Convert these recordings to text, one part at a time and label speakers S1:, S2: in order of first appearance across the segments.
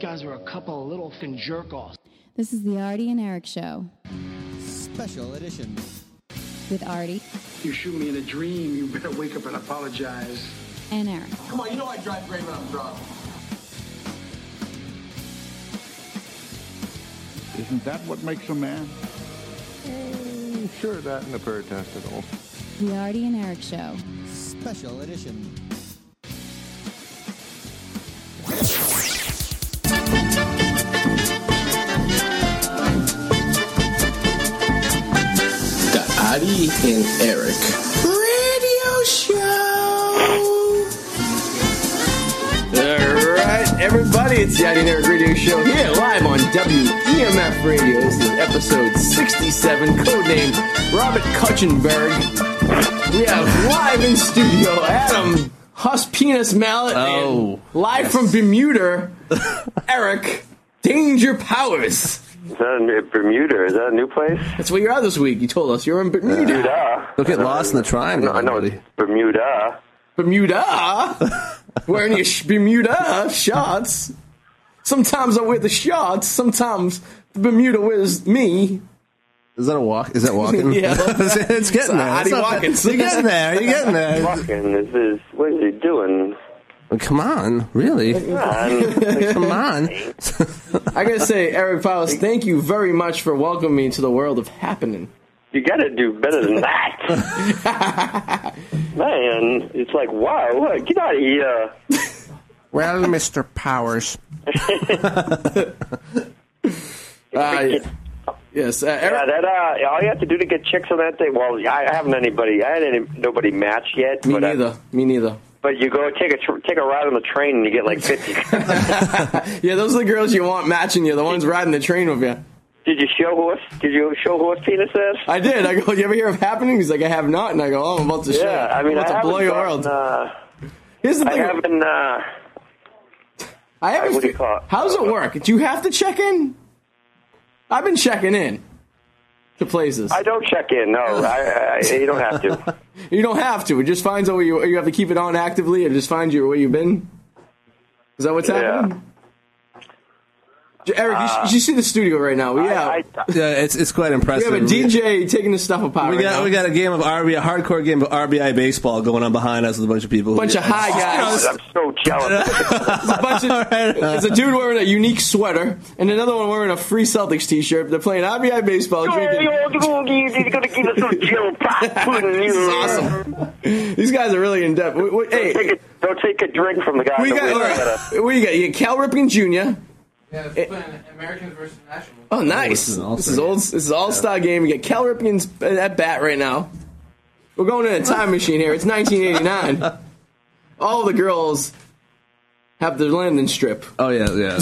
S1: guys were a couple of little fin jerk offs.
S2: This is the Artie and Eric Show
S3: Special edition.
S2: with Artie
S4: You shoot me in a dream, you better wake up and apologize.
S2: and Eric.
S5: Come on, you know I drive great when I'm drunk.
S6: Isn't that what makes a man?
S7: Sure, that and a pair of testicles.
S2: The Artie and Eric Show.
S3: Special edition.
S8: The Adi and Eric Radio Show. All right, everybody, it's the Adi and Eric Radio Show here live on WEMF Radio. This is episode 67, codename Robert Kuchenberg. We have live in studio Adam Huss Penis Mallet.
S9: Oh,
S8: and live from Bermuda, Eric Danger Powers.
S7: Is that in Bermuda? Is that a new place?
S8: That's where you're at this week. You told us you're in Bermuda.
S7: Bermuda.
S9: Don't get lost in the triangle.
S7: No, I know
S9: buddy.
S7: it's Bermuda.
S8: Bermuda, wearing your sh- Bermuda shorts. Sometimes I wear the shorts. Sometimes the Bermuda wears me.
S9: Is that a walk? Is that walking?
S8: Yeah.
S9: it's getting there.
S8: Howdy
S9: It's not bad. You're
S8: walking.
S9: getting there. You're getting there.
S7: Fucking, this is. What is he doing?
S9: Come on, really?
S7: Man,
S9: Come on.
S8: I gotta say, Eric Powers, thank you very much for welcoming me to the world of happening.
S7: you gotta do better than that. Man, it's like, wow, look, get out of here.
S9: Well, Mister Powers.
S8: Uh, yeah. Yes, uh,
S7: Yeah,
S8: Eric.
S7: that, uh, all you have to do to get chicks on that thing, well, I I haven't anybody, I had any, nobody match yet.
S8: Me
S7: but, uh,
S8: neither. Me neither.
S7: but you go take a, tr- take a ride on the train and you get like 50.
S8: Yeah, those are the girls you want matching you. The ones riding the train with you.
S7: Did you show horse? Did you show horse penises?
S8: I did. I go, you ever hear of happening? He's like, I have not. And I go, oh, I'm about to show.
S7: yeah, I mean,
S8: I'm about
S7: I
S8: to
S7: haven't.
S8: blow your
S7: gotten,
S8: world.
S7: Uh,
S8: Here's the
S7: I
S8: thing.
S7: haven't. Uh,
S8: I haven't.
S7: What do
S8: fi-
S7: you call it? Uh,
S8: How does it work? Do you have to check in? I've been checking in to places.
S7: I don't check in. No, I, I, you don't have to.
S8: you don't have to. It just finds out where you. You have to keep it on actively. It just finds you where you've been. Is that what's
S7: Yeah.
S8: happening? J- Eric, you, sh- you should see the studio right now. We have,
S7: I, I,
S9: Yeah, it's it's quite
S8: we
S9: impressive.
S8: have a DJ taking the stuff apart.
S9: We
S8: right
S9: got
S8: now.
S9: we got a game of RBI, a hardcore game of RBI baseball going on behind us with a bunch of people.
S8: bunch of high guys.
S7: I'm so jealous.
S8: It's a bunch of- it's a dude wearing a unique sweater and another one wearing a free Celtics t-shirt. They're playing RBI baseball, drinking.
S7: You're gonna give us some Joe Biden.
S8: This is awesome. These guys are really in depth. Wait, wait, hey,
S7: Take a, don't take a drink from the guy.
S8: we
S7: that
S8: got,
S7: works at
S8: all right, we got you, Cal Ripken Jr.
S5: Yeah, it's playing Americans versus Nationals.
S8: Oh,
S9: this
S8: nice.
S9: is an all-star
S8: this is old. This is all star game. We got Cal Ripken's at bat right now. We're going in a time machine here. It's 1989. all the girls have their London strip.
S9: Oh yeah, yeah.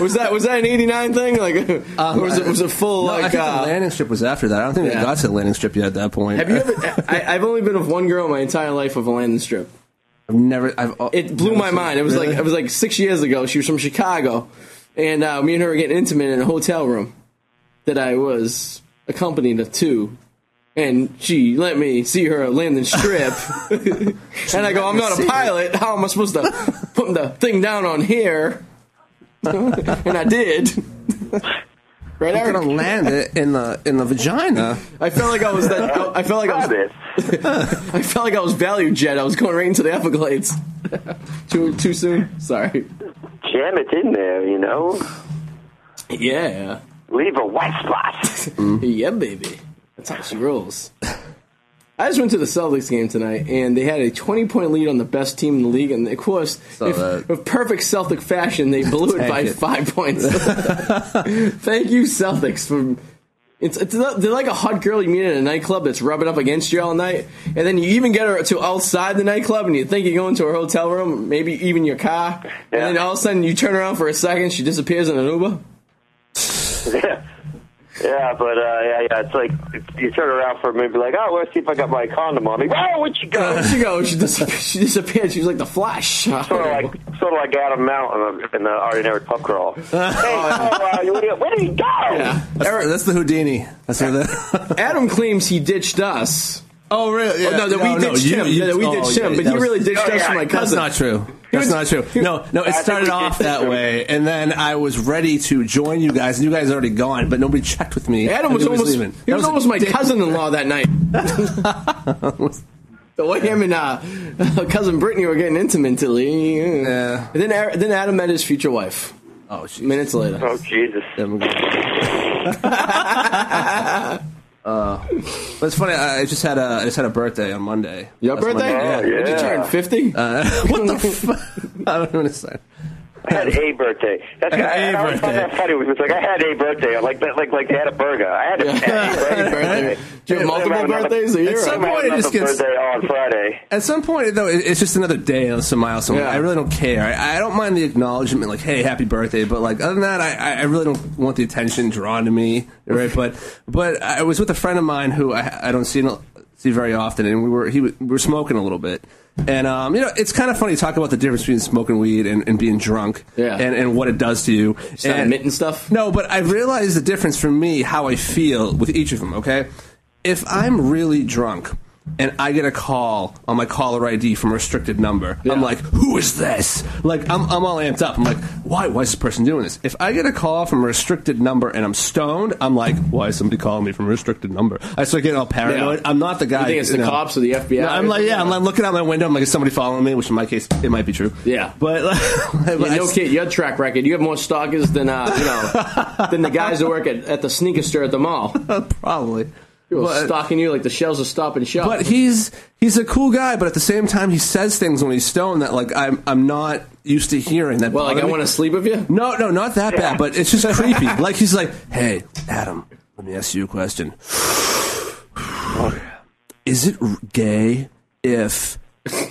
S8: Was that was that an 89 thing? Like, or was it was it full
S9: No, I
S8: like?
S9: think
S8: uh,
S9: the landing strip was after that. I don't think
S8: Yeah.
S9: they got to the landing strip yet at that point.
S8: have you ever? I, I've only been with one girl my entire life with a Landon strip.
S9: I've never. I've,
S8: it blew my mind. It was like it was like six years ago. She was from Chicago, and uh, me and her were getting intimate in a hotel room that I was accompanied to, and she let me see her land and strip, and I go, I'm not a pilot. How am I supposed to put the thing down on here? and I did. Right,
S9: You're gonna
S8: Eric?
S9: land it in the in the vagina.
S8: I felt like I was that. I felt like I was.
S7: it.
S8: I felt like I was value jet. I was going right into the Everglades. too too soon. Sorry.
S7: Jam it in there, you know.
S8: Yeah.
S7: Leave a white spot.
S9: Mm-hmm.
S8: Yeah, baby. That's how she rolls. I just went to the Celtics game tonight, and they had a 20 point lead on the best team in the league. And of course,
S9: Saw
S8: if,
S9: that.
S8: with perfect Celtic fashion, they blew it
S9: Tank
S8: by
S9: it.
S8: five points. Thank you, Celtics, for. It's, it's they're like a hot girl you meet in a nightclub that's rubbing up against you all night, and then you even get her to outside the nightclub, and you think you're going to her hotel room, maybe even your car, and then
S7: Yeah.
S8: all of a sudden you turn around for a second, she disappears in an Uber.
S7: yeah, yeah, but uh, yeah, yeah. It's like you turn around for a minute, be like, oh, let's see if I got my condom on me. Wow, what you got?
S8: There she goes. She, dis- she disappeared. She was like the Flash.
S7: Sort of like, sort of like Adam Mount in the, in the ordinary pub crawl. hey, oh, uh, you- where did he go?
S8: Yeah.
S9: That's, that's the Houdini. That's where the.
S8: Adam claims he ditched us.
S9: oh really?
S8: Oh, no, that we ditched him. Yeah, that we ditched him, but he really ditched
S7: Oh,
S8: us
S7: yeah,
S8: for my
S7: that's
S8: cousin.
S9: That's not true. That's not true. No, no, it
S7: I think
S9: started
S7: we
S9: off
S7: did
S9: that
S7: this.
S9: way, and then I was ready to join you guys, and you guys had already gone, but nobody checked with me.
S8: Adam
S9: I
S8: was
S9: knew
S8: almost
S9: leaving.
S8: he
S9: That
S8: was,
S9: a
S8: almost my
S9: dick-
S8: cousin-in-law that night. the way him and uh, cousin Brittany were getting intimately.
S9: Yeah.
S8: And then Ar- then Adam met his future wife
S9: Oh, jeez.
S8: minutes later.
S7: Oh Jesus!
S9: Damn good. Uh, but it's funny. I I just had a I just had a birthday on Monday.
S8: Your
S9: Last
S8: birthday? Oh,
S9: Monday,
S7: Oh,
S9: yeah.
S7: yeah.
S8: Did you turn fifty?
S9: Uh, what the? F- I don't understand.
S7: I had a birthday. That's
S9: I had
S7: I,
S9: a
S7: I always thought
S9: birthday.
S7: that funny. It was like I had a birthday. I Like that. Like like they had a burger. I had a, had a birthday.
S8: Do you have multiple birthdays a
S9: At
S8: year?
S9: some
S7: I
S9: point, it
S7: had
S9: just
S7: another
S9: gets.
S7: birthday on Friday.
S9: At some point, though, it- it's just another day on some milestone.
S8: Yeah.
S9: I really don't care. I, I don't mind the acknowledgement, like "Hey, happy birthday," but like other than that, I, I- I really don't want the attention drawn to me, right? but but I was with a friend of mine who I, I don't see see very often, and we were he was, we were smoking a little bit, and um, you know, it's kind of funny to talk about the difference between smoking weed and, and being drunk,
S8: Yeah.
S9: and and what it does to you.
S8: not
S9: And-
S8: admitting stuff?
S9: No, but I realized the difference for me how I feel with each of them. Okay, if I'm really drunk and I get a call on my caller ID from a restricted number, I'm like, "Who is this?" Like I'm, I'm all amped up. I'm like, "Why? Why is this person doing this?" If I get a call from a restricted number and I'm stoned, I'm like, "Why is somebody calling me from a restricted number?" I start getting all paranoid.
S8: Yeah.
S9: I'm not the guy.
S8: You think it's the cops or the FBI?
S9: No, I'm like, yeah, I'm like looking out my window. I'm like, is somebody following me? Which in my case, it might be true.
S8: Yeah.
S9: but, but
S8: Yeah,
S9: I
S8: no
S9: s-
S8: kid, your track record. You have more stalkers than uh, you know than the guys that work at, at the sneaker store at the mall.
S9: probably.
S8: People
S9: But-
S8: stalking you like the shells are stopping shop.
S9: But he's he's a cool guy, but at the same time, he says things when he's stoned that like I'm I'm not used to hearing. That
S8: well, like
S9: bother
S8: I
S9: me.
S8: want to sleep with you.
S9: No, no, not that bad, but it's just creepy. Like he's like, "Hey, Adam, let me ask you a question. Is it r- gay if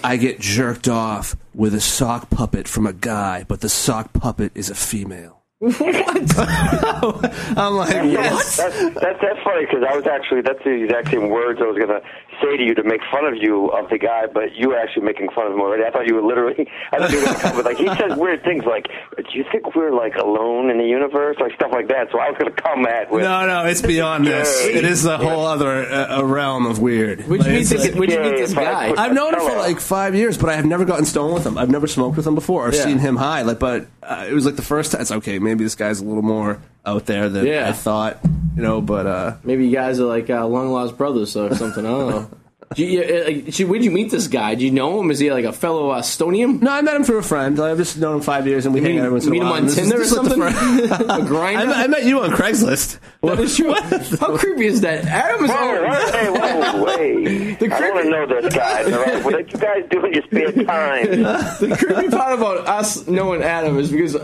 S9: I get jerked off with a sock puppet from a guy, but the sock puppet is a female?" What? I'm like,
S7: Yes.
S9: what?
S7: That's, that's, that's funny because I was actually, that's the exact same words I was going to say to you to make fun of you of the guy, but you were actually making fun of him already. I thought you were literally, I thought you were going to come with, like, he says weird things like, do you think we're, like, alone in the universe? Like, stuff like that. So I was going to come at with.
S9: No, no, it's beyond this. It is a whole other uh, uh, realm of weird.
S8: Would
S9: Like,
S8: you meet
S9: it's
S8: this?
S9: like-
S8: would you meet this
S7: Yeah, but I
S8: guy?
S7: put-
S9: I've known him for
S7: Hello.
S9: like five years, but I have never gotten stoned with him. I've never smoked with him before or
S8: Yeah.
S9: seen him high. Like, but uh, it was like the first time. It's okay. Maybe this guy's a little more out there than
S8: Yeah.
S9: I thought. You know, but uh,
S8: Maybe you guys are like uh, long lost brothers or something. I don't know. Do you, uh, like, should- where'd you meet this guy? Do you know him? Is he like a fellow Estonian?
S9: no, I met him through a friend. I've just known him five years, and we
S8: You
S9: hang out every once in a
S8: meet him
S9: while.
S8: on
S9: And this is-
S8: Tinder or
S9: this is like the
S8: something?
S9: first-
S8: a grinder?
S9: I, met, I met you on Craigslist.
S8: That is true. How creepy is that? Adam is
S7: Whoa,
S8: always-
S7: hey, whoa, hey.
S8: The
S7: I want
S8: creepy-
S7: to know this guy. all Right? What are you guys doing in your spare time?
S8: the creepy part about us knowing Adam is because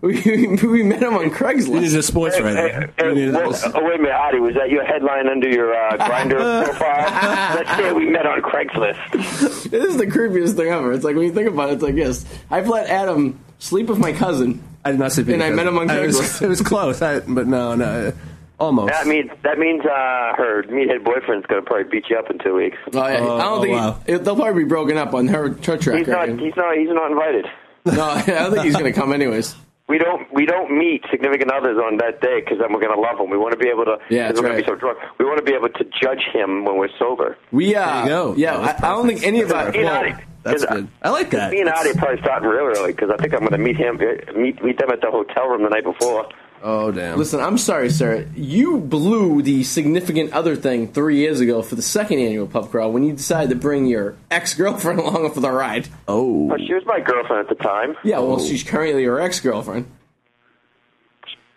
S8: we, we met him on
S9: You needed
S8: Craigslist.
S9: a sports
S7: Hey,
S9: writer.
S7: hey,
S9: You needed
S7: well,
S9: this.
S7: oh, wait a minute, Adi, was that your headline under your uh, grinder profile? Let's say we met on Craigslist.
S8: This is the creepiest thing ever. It's like when you think about it, it's like yes, I've let Adam sleep with my cousin.
S9: I did not say.
S8: And I met him on
S9: It was,
S8: Craigslist.
S9: it was close, I, but no, no, almost.
S7: That means that means uh, her meathead boyfriend's gonna probably beat you up in two weeks.
S8: Oh, yeah. I
S9: Oh,
S8: don't think
S9: wow.
S8: it, they'll probably be broken up on her, her track.
S7: He's not.
S8: record.
S7: He's not. He's not invited.
S8: No, I don't think he's going to come anyways.
S7: We don't. We don't meet significant others on that day because then we're gonna love him. We want to be able to.
S8: Yeah,
S7: 'cause
S8: that's
S7: we're gonna
S8: right.
S7: be so drunk. We want to be able to judge him when we're sober.
S8: We uh,
S9: There you go.
S8: yeah,
S9: That was
S8: I, I don't think any of us.
S7: Me and
S8: well,
S7: Adi-
S9: That's
S7: 'cause, uh,
S9: good. I like that.
S7: Me and Adi probably starting real early because I think I'm gonna meet him. Meet meet them at the hotel room the night before.
S9: Oh damn!
S8: Listen, I'm sorry, sir. You blew the significant other thing three years ago for the second annual pub crawl when you decided to bring your ex girlfriend along for the ride.
S9: Oh,
S7: But she was my girlfriend at the time.
S8: Yeah, well, she's currently your ex girlfriend.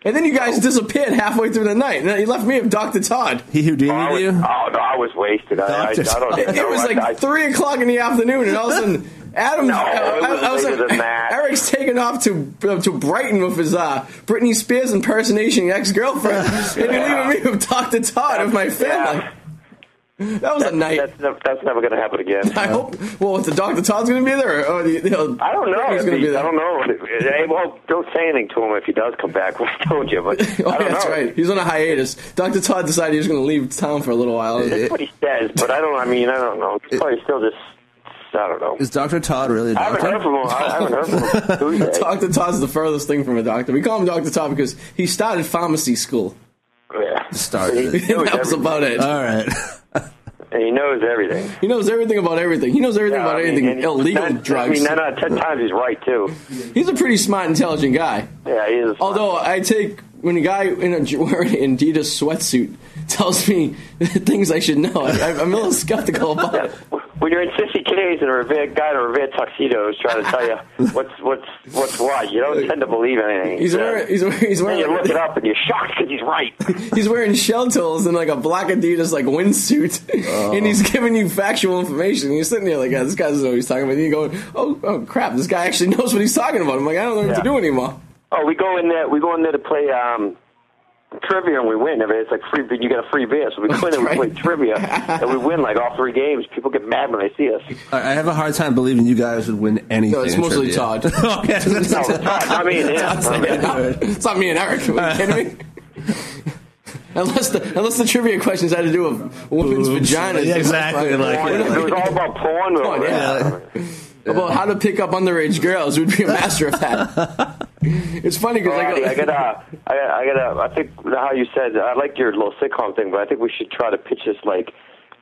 S8: And then you guys disappeared halfay through the night. And you left me with Dr. Todd.
S9: he who
S7: Oh, I
S9: did
S7: was,
S9: you?
S7: oh no, I was wasted. I, I, I
S9: Doctor-
S7: don't.
S8: It,
S7: know.
S8: it was
S7: I-
S8: like
S7: I-
S8: 3 o'clock in the afternoon, and all of a sudden, Adam.
S7: No,
S8: I,
S7: it was
S8: I- I was
S7: later
S8: like,
S7: than that.
S8: Eric's taken off to uh, to Brighton with his uh, Britney Spears impersonation ex girlfriend. And you're leaving me with Dr. Todd with my family. That was a night.
S7: That's, nev- that's never going to happen again.
S8: I hope. Well, if the Dr. Todd's going to be there, or, or the, the,
S7: I don't know.
S8: He's going to be there.
S7: I don't know. Hey, well, don't say anything to him if he does come back. I told you, but
S8: Oh,
S7: I
S8: yeah,
S7: don't
S8: that's
S7: know.
S8: right. He's on a hiatus. Dr. Todd decided he was going to leave town for a little while.
S7: That's what he says, but I don't. I mean, I don't know. He's probably still just. I don't know.
S9: Is Doctor Todd really a
S7: I haven't
S9: doctor?
S7: heard from him. I I haven't heard from him. Tuesday.
S8: Dr. Todd's the furthest thing from a doctor. We call him Dr. Todd because he started pharmacy school.
S7: Yeah.
S9: Started.
S7: He knows
S8: that was
S7: everything.
S8: about it.
S9: All right.
S7: and he knows everything.
S8: He knows everything about everything. He knows everything
S7: Yeah,
S8: about
S7: I mean,
S8: anything
S7: and he- uh,
S8: illegal
S7: nine-
S8: drugs.
S7: I mean, uh, nine out of ten times he's right too.
S8: He's a pretty smart, intelligent guy.
S7: Yeah, he is.
S8: Although I take when a guy in a wearing an Adidas sweatsuit tells me things I should know, I, I'm a little skeptical about it.
S7: when you're in 60 Ks and a Revere guy in a Revere tuxedo is trying to tell you what's what's what's what, you don't tend to believe anything.
S8: He's
S7: Yeah.
S8: wearing he's wearing he's
S7: Then
S8: wearing,
S7: you
S8: like,
S7: look it up and you're shocked because he's right.
S8: he's wearing shell toes and like a black Adidas like windsuit, and he's
S7: Uh-huh.
S8: giving you factual information. And you're sitting there like, yeah, this guy doesn't know what he's talking about. And you're going, oh, oh crap, this guy actually knows what he's talking about. I'm like, I don't know what to
S7: Yeah.
S8: do anymore.
S7: Oh, we go in there. We go in there to play um, trivia, and we win. I mean, it's like free. You get a free beer, so we go in there.
S8: Right.
S7: We play trivia, and we win like all three games. People get mad when they see us.
S9: I I have a hard time believing you guys would win anything.
S8: No, it's
S9: in
S8: mostly
S9: trivia.
S8: Todd.
S9: okay,
S7: No, I mean, yeah. I mean,
S8: it's not me and Eric. Are you kidding me? Unless the unless the trivia questions had to do with women's
S9: Boobs.
S8: vaginas,
S9: Yeah, exactly, like-
S8: We're
S7: if
S8: not-
S7: it was all about porn.
S8: Come on, yeah. about how to pick up underage girls, would be a master of that. it's funny because I
S7: Alrighty,
S8: got,
S7: I got uh, I got, I got uh, I think how you said I like your little sitcom thing, but I think we should try to pitch this like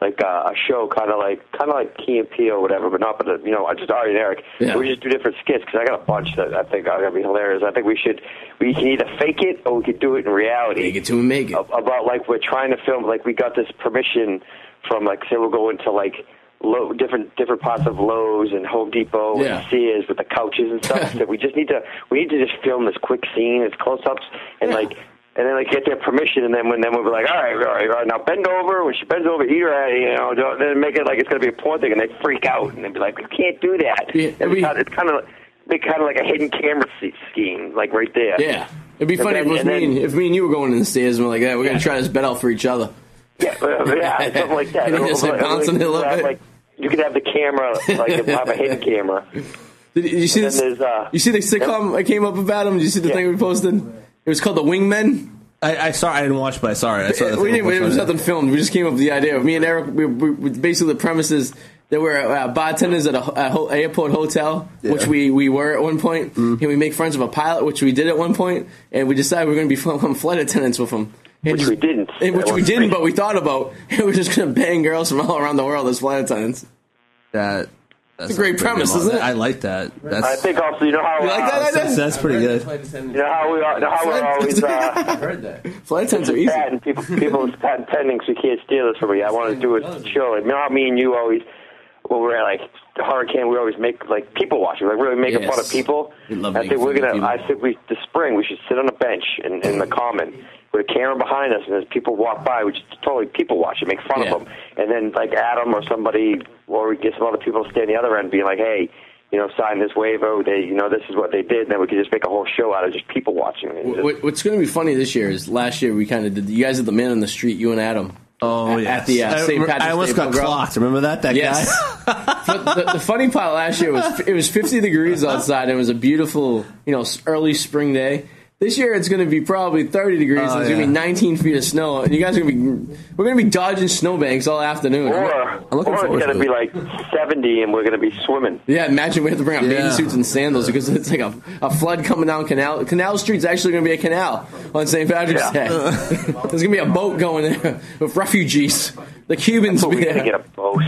S7: like uh, a show, kind of like kind of like Key and Peele or whatever, but not but uh, you know I just Ari and Eric.
S8: Yeah.
S7: We just do different skits because I got a bunch that I think are gonna be hilarious. I think we should we can either fake it or we could do it in reality
S8: make it to make it.
S7: ab- about like we're trying to film like we got this permission from like say we'll go into like low different different parts of Lowe's and Home Depot
S8: Yeah.
S7: and Sears with the couches and stuff. so we just need to we need to just film this quick scene, it's close ups and
S8: Yeah.
S7: like and then like get their permission and then when then we'll be like, All right, all right, all right, now bend over, when she bends over, eat her out, you know, don't, then make it like it's gonna be a porn thing and they freak out and they'd be like, We can't do that.
S8: Yeah,
S7: and
S8: we-
S7: it's, kinda, it's kinda it's kinda like a hidden camera se- scheme, like right there.
S8: Yeah, it'd be
S7: And
S8: funny
S7: then-
S8: if, it was
S7: and
S8: me and,
S7: then-
S8: if me and you were going in the stairs and we're like, yeah, we're gonna try this bet out for each other.
S7: Uh, yeah, something like that.
S8: And he just, like,
S7: Or, like,
S8: bouncing it a little
S7: you could have,
S8: bit.
S7: Like, you could have the camera, like have a hidden camera.
S8: Did you see
S7: And
S8: this?
S7: then there's, uh,
S8: you see the sitcom I came up about him? Did you see the
S7: Yeah.
S8: thing we posted? It was called The Wingmen.
S9: I, I saw. I didn't watch, but I saw it. I saw the
S8: we
S9: thing
S8: didn't.
S9: with
S8: There was
S9: Bushman.
S8: nothing filmed. We just came up with the idea. Me and Eric. We, we, we basically the premises that we're uh, bartenders at a, ho- a ho- airport hotel,
S9: Yeah. Mm-hmm.
S8: which we, we were at one point, and we make friends with a pilot, which we did at one point, and we decided we are going to be fl- flight attendants with him. And
S7: Which we didn't.
S8: and which
S7: That
S8: we
S7: was
S8: didn't,
S7: great.
S8: but we thought about. And we're just going to bang girls from all around the world as flight attendants.
S9: That, that's
S8: a great
S9: pretty
S8: premise,
S9: good.
S8: isn't it?
S9: I like that. That's
S7: I think also, you know how
S8: You like that
S7: uh,
S8: idea?
S9: that's, that's pretty good.
S7: you know how we are, you know how we're always uh,
S5: heard that.
S8: Flight attendants are easy.
S7: patent people people's patent pending, so you can't steal this from me. I want to do it chill. Like, you know how me and you always when we're at like the hurricane, we always make like people watching, like really making
S8: Yes.
S7: fun of people.
S8: We love
S7: I
S8: making
S7: think we're
S8: fun of
S7: gonna.
S8: people.
S7: I think we this spring we should sit on a bench in, in the common with a camera behind us, and as people walk by, we just totally people watch and make fun
S8: Yeah.
S7: of them. And then like Adam or somebody, or we get some other people to stay on the other end, being like, hey. You know, sign this waiver. They, you know, this is what they did. And then we could just make a whole show out of just people watching. And just-
S8: What, what's going to be funny this year is last year we kind of did. You guys did the man on the street. You and Adam.
S9: Oh
S8: At-
S9: yeah.
S8: at the, uh,
S9: I,
S8: St.
S9: remember-
S8: Patrick's
S9: I almost
S8: Day
S9: got
S8: program.
S9: clocked. Remember that? That
S8: Yes.
S9: guy.
S8: but the, the funny part last year was it was 50 degrees outside and it was a beautiful, you know, s- early spring day. This year it's going to be probably 30 degrees
S9: Oh,
S8: and it's going to be
S9: yeah.
S8: 19 feet of snow and you guys are going to be we're going to be dodging snowbanks all afternoon.
S7: Or,
S9: I'm looking
S7: or
S9: forward
S7: it's going
S9: to
S7: to be like 70 and we're going to be swimming.
S8: yeah, imagine we have to bring out bathing
S9: Yeah.
S8: suits and sandals because it's like a, a flood coming down Canal Canal Street's actually going to be a canal on St. Patrick's
S7: Yeah.
S8: Day. There's going to be a boat going there with refugees. The Cubans
S7: But
S8: be
S7: we got to get
S8: there.
S7: a boat.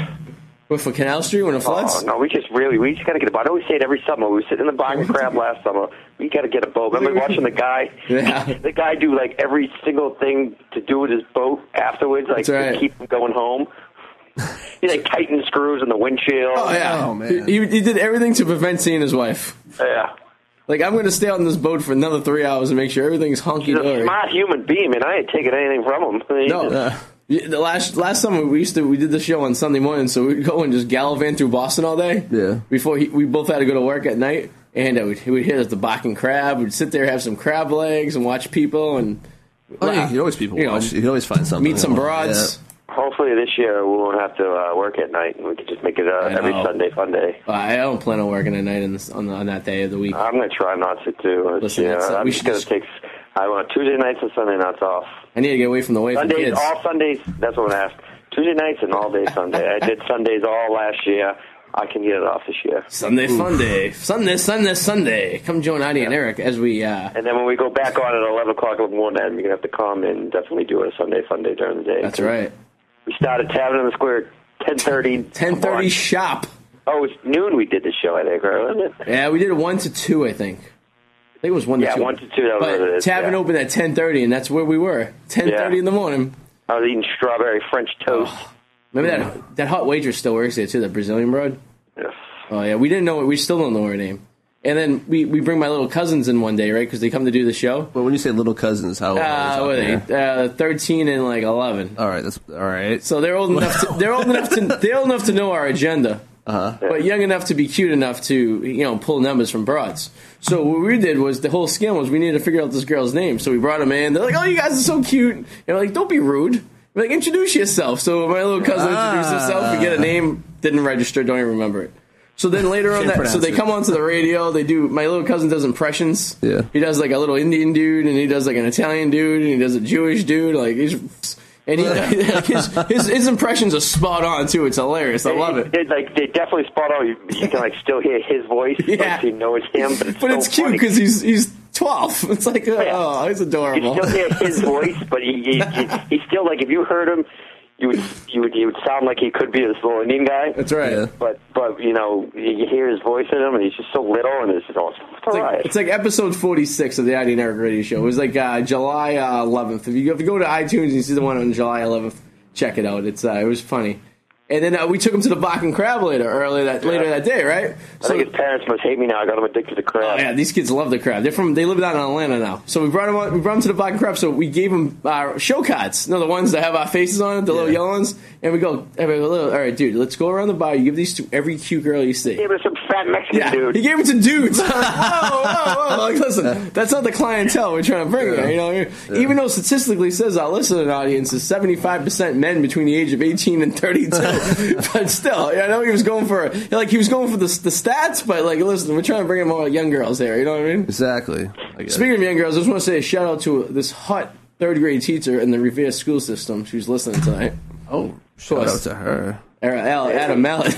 S8: But for Canal Street when it floods?
S7: Oh, no, we just really, we just got to get a boat. I always say it every summer. We were sitting in the Bargain Crab last summer. We got to get a boat. Remember watching the guy?
S8: Yeah.
S7: The guy do like every single thing to do with his boat afterwards, like
S8: That's right.
S7: to keep him going home. He like tightened screws in the windshield.
S8: Oh yeah,
S9: Oh, man.
S8: He, he did everything to prevent seeing his wife.
S7: Yeah.
S8: Like I'm going to stay out in this boat for another three hours and make sure everything's honky
S7: He's a
S8: dory.
S7: smart human being, and I ain't taking anything from him. He
S8: No, uh.
S7: just-
S8: Yeah, the last last summer we used to we did the show on Sunday morning, so we'd go and just gallivant through Boston all day.
S9: Yeah.
S8: Before he, we both had to go to work at night, and uh, we'd, we'd hit us the Bakken crab. We'd sit there, have some crab legs, and watch people and
S9: Oh, yeah, you can always people
S8: You know,
S9: watch. You can always find something.
S8: meet some
S9: Yeah.
S8: broads.
S7: Hopefully this year we won't have to uh, work at night, and we can just make it uh,
S9: I
S7: every
S9: know.
S7: Sunday fun day.
S8: Uh, I don't plan on working at night on, this, on, on that day of the week.
S7: I'm gonna try not to too.
S8: Listen,
S7: yeah,
S8: that's- uh,
S7: I'm
S8: we
S7: just
S8: should
S7: gonna
S8: just-
S7: take. I want Tuesday nights and Sunday nights off.
S8: I need to get away from the way from
S7: Sundays,
S8: kids.
S7: all Sundays. That's what I'm asked. Tuesday nights and all day Sunday. I did Sundays all last year. I can get it off this year.
S8: Sunday fun day. Sunday, Sunday, Sunday. Come join Adi and Eric as we uh,
S7: And then when we go back on at 11 o'clock in the morning, you're gonna have to come and definitely do a Sunday fun day during the day.
S8: That's right.
S7: We started Tavern in the Square at 10.30.
S8: 10:30 shop.
S7: Oh, it's noon we did the show, I think, right? Wasn't it?
S8: Yeah, we did a one to two, I think. I think it was one
S7: Yeah,
S8: to two.
S7: one to two, that was
S8: but
S7: what it is,
S8: Tavern
S7: yeah.
S8: opened at ten thirty, and that's where we were. Ten thirty
S7: Yeah.
S8: in the morning.
S7: I was eating strawberry French toast.
S8: Oh. Remember that that hot waitress still works there too, that Brazilian broad.
S7: Yes.
S8: Oh yeah, we didn't know it. We still don't know her name. And then we, we bring my little cousins in one day, right? Because they come to do the show.
S9: But when you say little cousins, how old
S7: Oh,
S8: Uh, what
S9: are
S8: are
S9: they?
S8: they? Uh, Thirteen and like eleven.
S9: All right, that's all right.
S8: So they're old enough. To, they're old enough to. They're old enough to know our agenda, uh-huh. but young enough to be cute enough to you know pull numbers from broads. So what we did was the whole scam was we needed to figure out this girl's name. So we brought them in. They're like, "Oh, you guys are so cute," and we're like, "Don't be rude." We're like, "Introduce yourself." So my little cousin introduced herself.
S9: Ah.
S8: We get a name. Didn't register. Don't even remember it. So then later on,
S9: Can't
S8: that, so
S9: pronounce
S8: they
S9: it.
S8: come onto the radio. They do. My little cousin does impressions.
S9: Yeah.
S8: he does like a little Indian dude, and he does like an Italian dude, and he does a Jewish dude. Like he's and he, like, his, his his impressions are spot on too. It's hilarious. I love it.
S7: They, like, they definitely spot out. You, you can, like, still hear his voice.
S8: Yeah.
S7: Like, you know it's him, but it's
S8: But
S7: so
S8: it's cute
S7: funny.
S8: because he's he's twelve. It's like oh,
S7: Yeah.
S8: he's
S7: You
S8: adorable.
S7: still hear his voice, but he, he, he, he's still, like, if you heard him, you would, you would, you would sound like he could be this little Indian guy.
S8: That's right.
S9: Yeah.
S7: But, but you know, you hear his voice in him, and he's just so little, and it's just, oh, it's, it's all
S8: It's
S7: right.
S8: like, it's like episode 46 of the ID Network Radio Show. It was like uh, July uh, 11th. If you, go- if you go to iTunes and you see the one on July 11th, check it out. It's uh, It was funny. And then uh, we took him to the Bach and Crab later, earlier that, later that day, right?
S7: I think his parents must hate me now. I got him addicted to crap.
S8: Oh, Yeah, these kids love the crab. They're from. They live down in Atlanta now. So we brought them. On, we brought them to the black crab. So we gave them our show cards. No, the ones that have our faces on it, the little
S9: Yeah.
S8: yellow ones. And we go, "Hey, wait, wait, all right, dude, let's go around the bar. You give these to every cute girl you see.
S7: He was some fat Mexican
S8: Yeah,
S7: dude.
S8: he gave it to dudes. I'm like, whoa, whoa, whoa! Like, listen, that's not the clientele we're trying to bring here. You know, even though statistically says our listening audience is seventy five percent men between the age of eighteen and thirty two, but still, I know he was going for like he was going for the, the stats, but like, listen, we're trying to bring in more young girls here. You know what I mean?
S9: Exactly. I guess.
S8: Speaking of young girls, I just want to say a shout out to this hot third grade teacher in the Revere school system who's listening tonight.
S9: oh, shout out
S8: course.
S9: to her.
S8: Era- Al- Adam Mallet.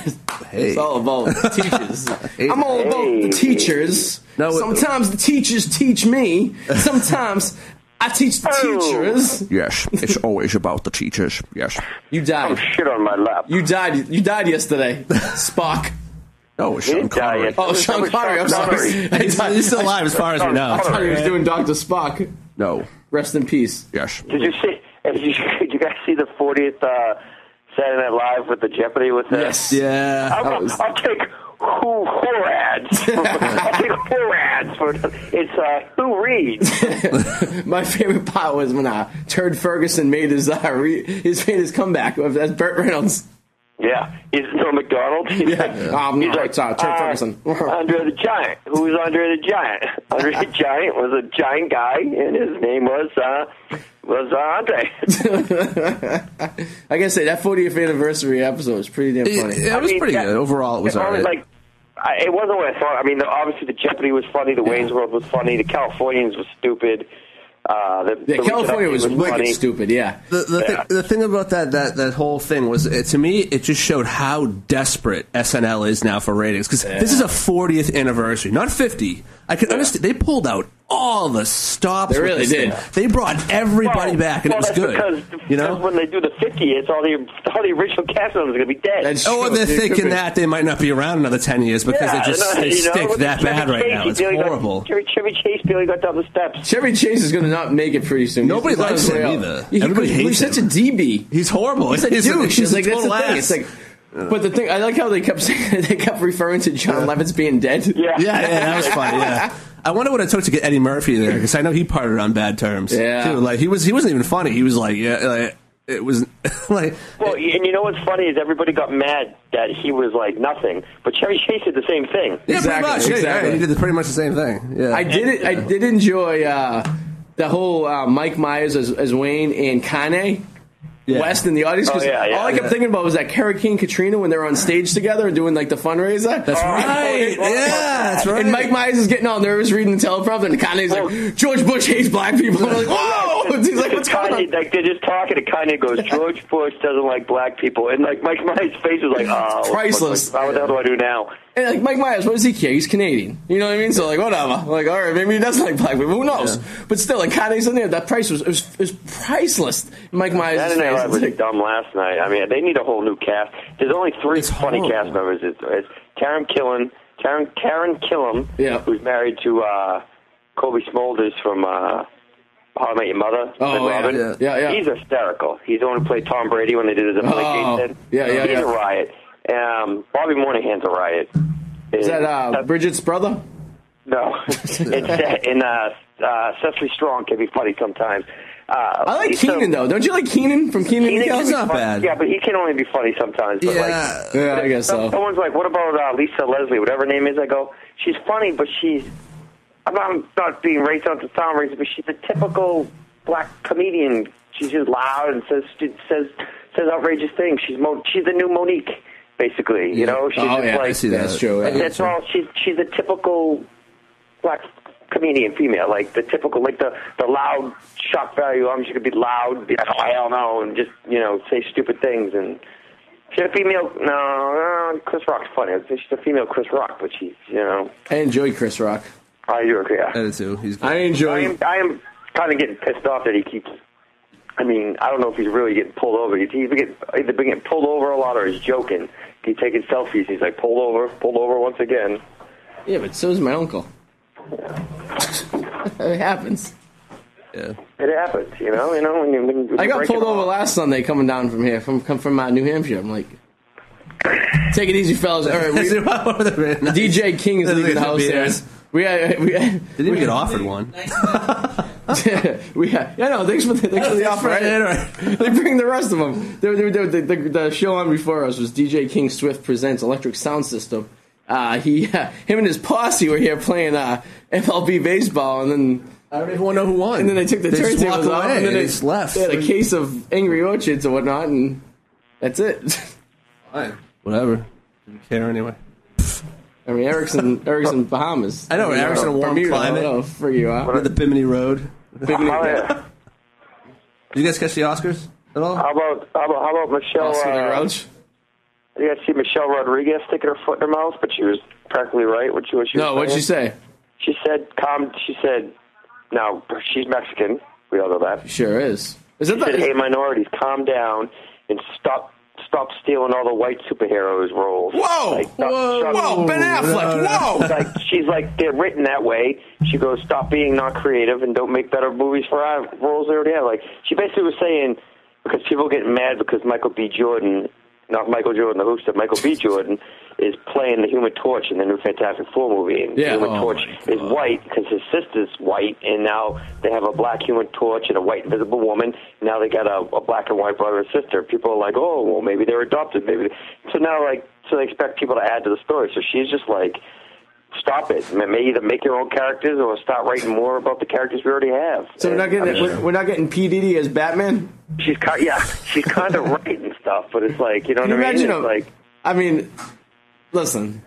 S9: Hey.
S8: It's all about teachers. I'm all about the
S7: Hey.
S8: teachers.
S9: No, it-
S8: Sometimes the teachers teach me. Sometimes I teach the
S7: Oh.
S8: teachers.
S9: Yes, it's always about the teachers. Yes.
S8: You
S7: Some
S8: died.
S7: shit on my lap.
S8: You died. You died yesterday, Spock.
S9: Oh, it's Sean
S7: didn't die
S9: Connery.
S7: yet.
S8: Oh,
S7: was- that
S8: Sean
S7: was
S8: Connery. I'm
S7: Sean
S8: sorry.
S7: Connery.
S8: I
S10: He's,
S8: thought-
S10: he's still alive as far as we know.
S8: I thought he was doing Doctor Spock.
S9: No.
S8: Rest in peace.
S9: Yes.
S7: Did you see? Did you, did you guys see the 40th uh, Saturday Night Live with the Jeopardy with the?
S8: Yes.
S9: Yeah.
S7: I'll,
S9: that was-
S7: I'll take who who ads. I'll take who ads for it's uh, who reads.
S8: My favorite part was when uh, Turd Ferguson made his uh, re- his made his comeback as Burt Reynolds.
S7: Yeah, is it from McDonald's? He's
S8: Yeah. Um,
S7: he's
S8: no, it's, uh, Turd Ferguson.
S7: Andre the Giant. Who was Andre the Giant? Andre the Giant was a giant guy, and his name was uh, was uh, Andre.
S8: I gotta say that 40th anniversary episode was pretty damn funny.
S9: Yeah, it was
S7: I mean,
S9: pretty
S7: that-
S9: good. Overall, it was all
S7: only,
S9: right.
S7: Like, I, it wasn't what I thought. I mean, the, obviously the Jeopardy was funny, the Wayne's World was funny, the Californians was stupid. Uh, the,
S8: Yeah,
S7: the
S8: California
S7: Reconstruction
S8: was, wicked
S7: funny.
S8: stupid. Yeah,
S9: the, the, thi- the thing about that, that that whole thing was it, to me it just showed how desperate SNL is now for ratings because this is a 40th anniversary, not 50. I can understand they pulled out all the stops.
S8: They
S9: with
S8: really
S9: this thing.
S8: did.
S9: They brought everybody
S7: Well,
S9: back, and
S7: well,
S9: it was
S7: that's
S9: good.
S7: Because
S9: You know,
S7: because when they do the 50th, all the all the original cast members are gonna be dead.
S8: That's
S9: Oh,
S8: true.
S9: they're
S8: It could
S9: thinking
S8: be.
S9: that they might not be around another ten years because
S7: yeah,
S9: they just
S7: no,
S9: they
S7: you know,
S9: stick
S7: with
S9: that
S7: Chevy
S9: bad right
S7: Chase,
S9: now.
S7: he
S9: It's
S7: barely got-
S9: horrible.
S7: Chevy, Chevy Chase barely got down the steps.
S8: Chevy Chase is going to not make it pretty soon.
S9: Nobody
S8: He's on
S9: likes
S8: his way
S9: him
S8: out.
S9: either.
S8: He- he-
S9: Everybody
S8: he's
S9: hates
S8: such
S9: him.
S8: a DB.
S9: He's horrible.
S8: He's a
S9: He's a-
S8: douche.
S9: he's
S8: He's
S9: a
S8: like that's the
S9: total
S8: thing.
S9: ass.
S8: It's like, but the thing I like how they kept saying, they kept referring to John Lovitz being dead.
S7: Yeah.
S9: Yeah, yeah, that was funny. Yeah, I wonder what it took to get Eddie Murphy there because I know he parted on bad terms.
S8: Yeah.
S9: too. like he was he wasn't even funny. He was like, yeah, like, it was like
S7: Well, and you know what's funny is everybody got mad that he was like nothing, but Chevy Chase did the same thing.
S9: yeah, pretty
S8: Exactly,
S9: much. Yeah,
S8: exactly.
S9: yeah, he did the- pretty much the same thing. Yeah,
S8: I did it. I did enjoy uh, the whole uh, Mike Myers as, as Wayne and Kanye.
S9: Yeah.
S8: West in the audience 'cause
S7: Oh, yeah, yeah,
S8: all I kept
S7: yeah.
S8: thinking about was that Hurricane Katrina when they were on stage together and doing like the fundraiser.
S9: That's
S7: Oh,
S9: right.
S7: oh,
S9: Yeah, that's right.
S8: And Mike Myers is getting all nervous reading the teleprompter, and Kanye's
S7: Oh.
S8: like, "George Bush hates black people." And I'm like, "Whoa!" He's like, "What's going
S7: Kanye,
S8: on?"
S7: Like they're just talking, and Kanye goes, "George Bush doesn't like black people," and like Mike Myers' face was like, "Oh,
S8: Priceless.
S7: What, what, how the hell do I do now?"
S8: And like Mike Myers, what does he care? He's Canadian. You know what I mean? So like whatever. Like all right, maybe he does like black people. Who knows? But still, like Kanye's in there. That price was it was, it was priceless. Mike Myers. is
S7: Saturday Night Live
S8: nice.
S7: was
S8: It's like,
S7: dumb last night. I mean, they need a whole new cast. There's only three
S9: It's
S7: funny
S9: horrible.
S7: cast members. It's, it's Karen Killen, Karen, Karen Killam,
S8: Yeah.
S7: who's married to uh, Kobe Smolders from uh, How I Met Your Mother.
S8: Oh,
S7: Red
S8: yeah,
S7: Robin.
S8: yeah, yeah, yeah.
S7: He's hysterical. He's the one who played Tom Brady when they did his
S8: Oh,
S7: application.
S8: yeah, yeah,
S7: He's
S8: yeah.
S7: a riot. Um, Bobby Moynihan's a riot.
S8: is that uh, Bridget's brother?
S7: No, it's that in uh, uh, Cecily Strong can be funny sometimes. Uh,
S8: I like
S7: so-
S8: Keenan though. Don't you like Keenan from Keenan? and
S7: Keenan can
S8: Kel?
S9: He's
S7: be
S9: not
S7: funny.
S9: bad.
S7: Yeah, but he can only be funny sometimes. But like,
S9: Yeah.
S8: Yeah, I guess so.
S7: someone's like, "What about uh, Lisa Leslie? Whatever her name is." I go, "She's funny, but she's I'm not, I'm not being racist not to sound racist, but she's a typical black comedian. She's just loud and says says says outrageous things. She's Mo, she's the new Monique, basically. You know, she's
S8: Oh
S7: just
S8: yeah,
S7: like
S9: I see that.
S8: that's true.
S7: and
S8: yeah.
S7: that's all. She's she's a typical black comedian female, like the typical, like the the loud shock value. Um, she could be loud, be like, oh hell no, and just you know say stupid things. And she's a female. No, no, uh, Chris Rock's funny. I'd say She's a female Chris Rock, but she's you know.
S8: I enjoyed Chris Rock.
S7: I do agree.
S9: That is who he's.
S8: I
S7: I
S8: enjoyed.
S7: am I am kind of getting pissed off that he keeps. I mean, I don't know if he's really getting pulled over. He's either getting, either been getting pulled over a lot or he's joking. He's taking selfies. He's like, pulled over, pulled over once again.
S8: Yeah, but so is my uncle. it happens.
S9: Yeah.
S7: It happens, you know. You know when you. When you
S8: I got
S7: break it
S8: pulled over
S7: off.
S8: last Sunday coming down from here, from come from uh, New Hampshire. I'm like, take it easy, fellas. All right, we, DJ King is
S9: That's
S8: leaving the
S9: like a
S8: house there.
S9: BS.
S8: We had, we uh, had,
S9: Didn't even get offered one.
S8: we had, yeah, no, thanks for the, thanks for the offer.
S9: Right, right.
S8: they bring the rest of them. They, they, they, the, the, the show on before us was DJ King Swift presents Electric Sound System. Uh, he, uh, him and his posse were here playing uh, MLB baseball, and then
S9: I don't even know who won.
S8: and then they took the
S9: just walked
S8: turntables off,
S9: away
S8: and then
S9: they just left.
S8: They had a case of Angry Orchards and whatnot, and that's it.
S9: Fine. Oh, Whatever. Didn't care anyway.
S8: I mean, Erickson, Erickson, Bahamas.
S9: I know,
S8: You
S9: Eric's in a warm
S8: Bermuda, I
S9: climate.
S8: don't know, freak you out.
S9: With the Bimini Road. Did
S8: Oh,
S7: How about,
S9: you guys catch the Oscars at all?
S8: Uh,
S7: how about how about how about Michelle?
S8: Oscar the
S7: Uh,
S8: Grouch?
S7: you guys see Michelle Rodriguez sticking her foot in her mouth, but she was practically right. What she what she
S8: No,
S7: was
S8: what'd
S7: saying.
S8: you say?
S7: She said, "Calm." She said, "Now she's Mexican. We all know that."
S8: Sure is. Is that
S7: She said,
S8: the?
S7: "Hey, minorities, calm down and stop." Stop stealing all the white superheroes roles.
S8: Whoa!
S7: Like, stop- stop-
S8: Whoa! Ben Affleck! Whoa!
S7: like she's like they're written that way. She goes, stop being not creative and don't make better movies for our roles they already have. Like she basically was saying because people get mad because Michael B. Jordan, not Michael Jordan the host of Michael B. Jordan, is playing the Human Torch in the new Fantastic Four movie, and
S8: Yeah.
S7: the Human
S8: Oh,
S7: Torch
S9: my
S7: is white because his sister's white, and now they have a black Human Torch and a white Invisible Woman. And now they got a, a black and white brother and sister. People are like, oh, well, maybe they're adopted, maybe. They... So now, like, so they expect people to add to the story. So she's just like stop it. Ma- May either make your own characters or stop writing more about the characters we already have.
S8: So we're not
S7: And, I
S8: getting
S7: mean,
S8: we're, we're not getting P Diddy as Batman.
S7: she's kind, yeah, she's kind of right and stuff, but it's like you know
S8: Can you
S7: what I mean.
S8: imagine
S7: It's
S8: him?
S7: like
S8: I mean, listen,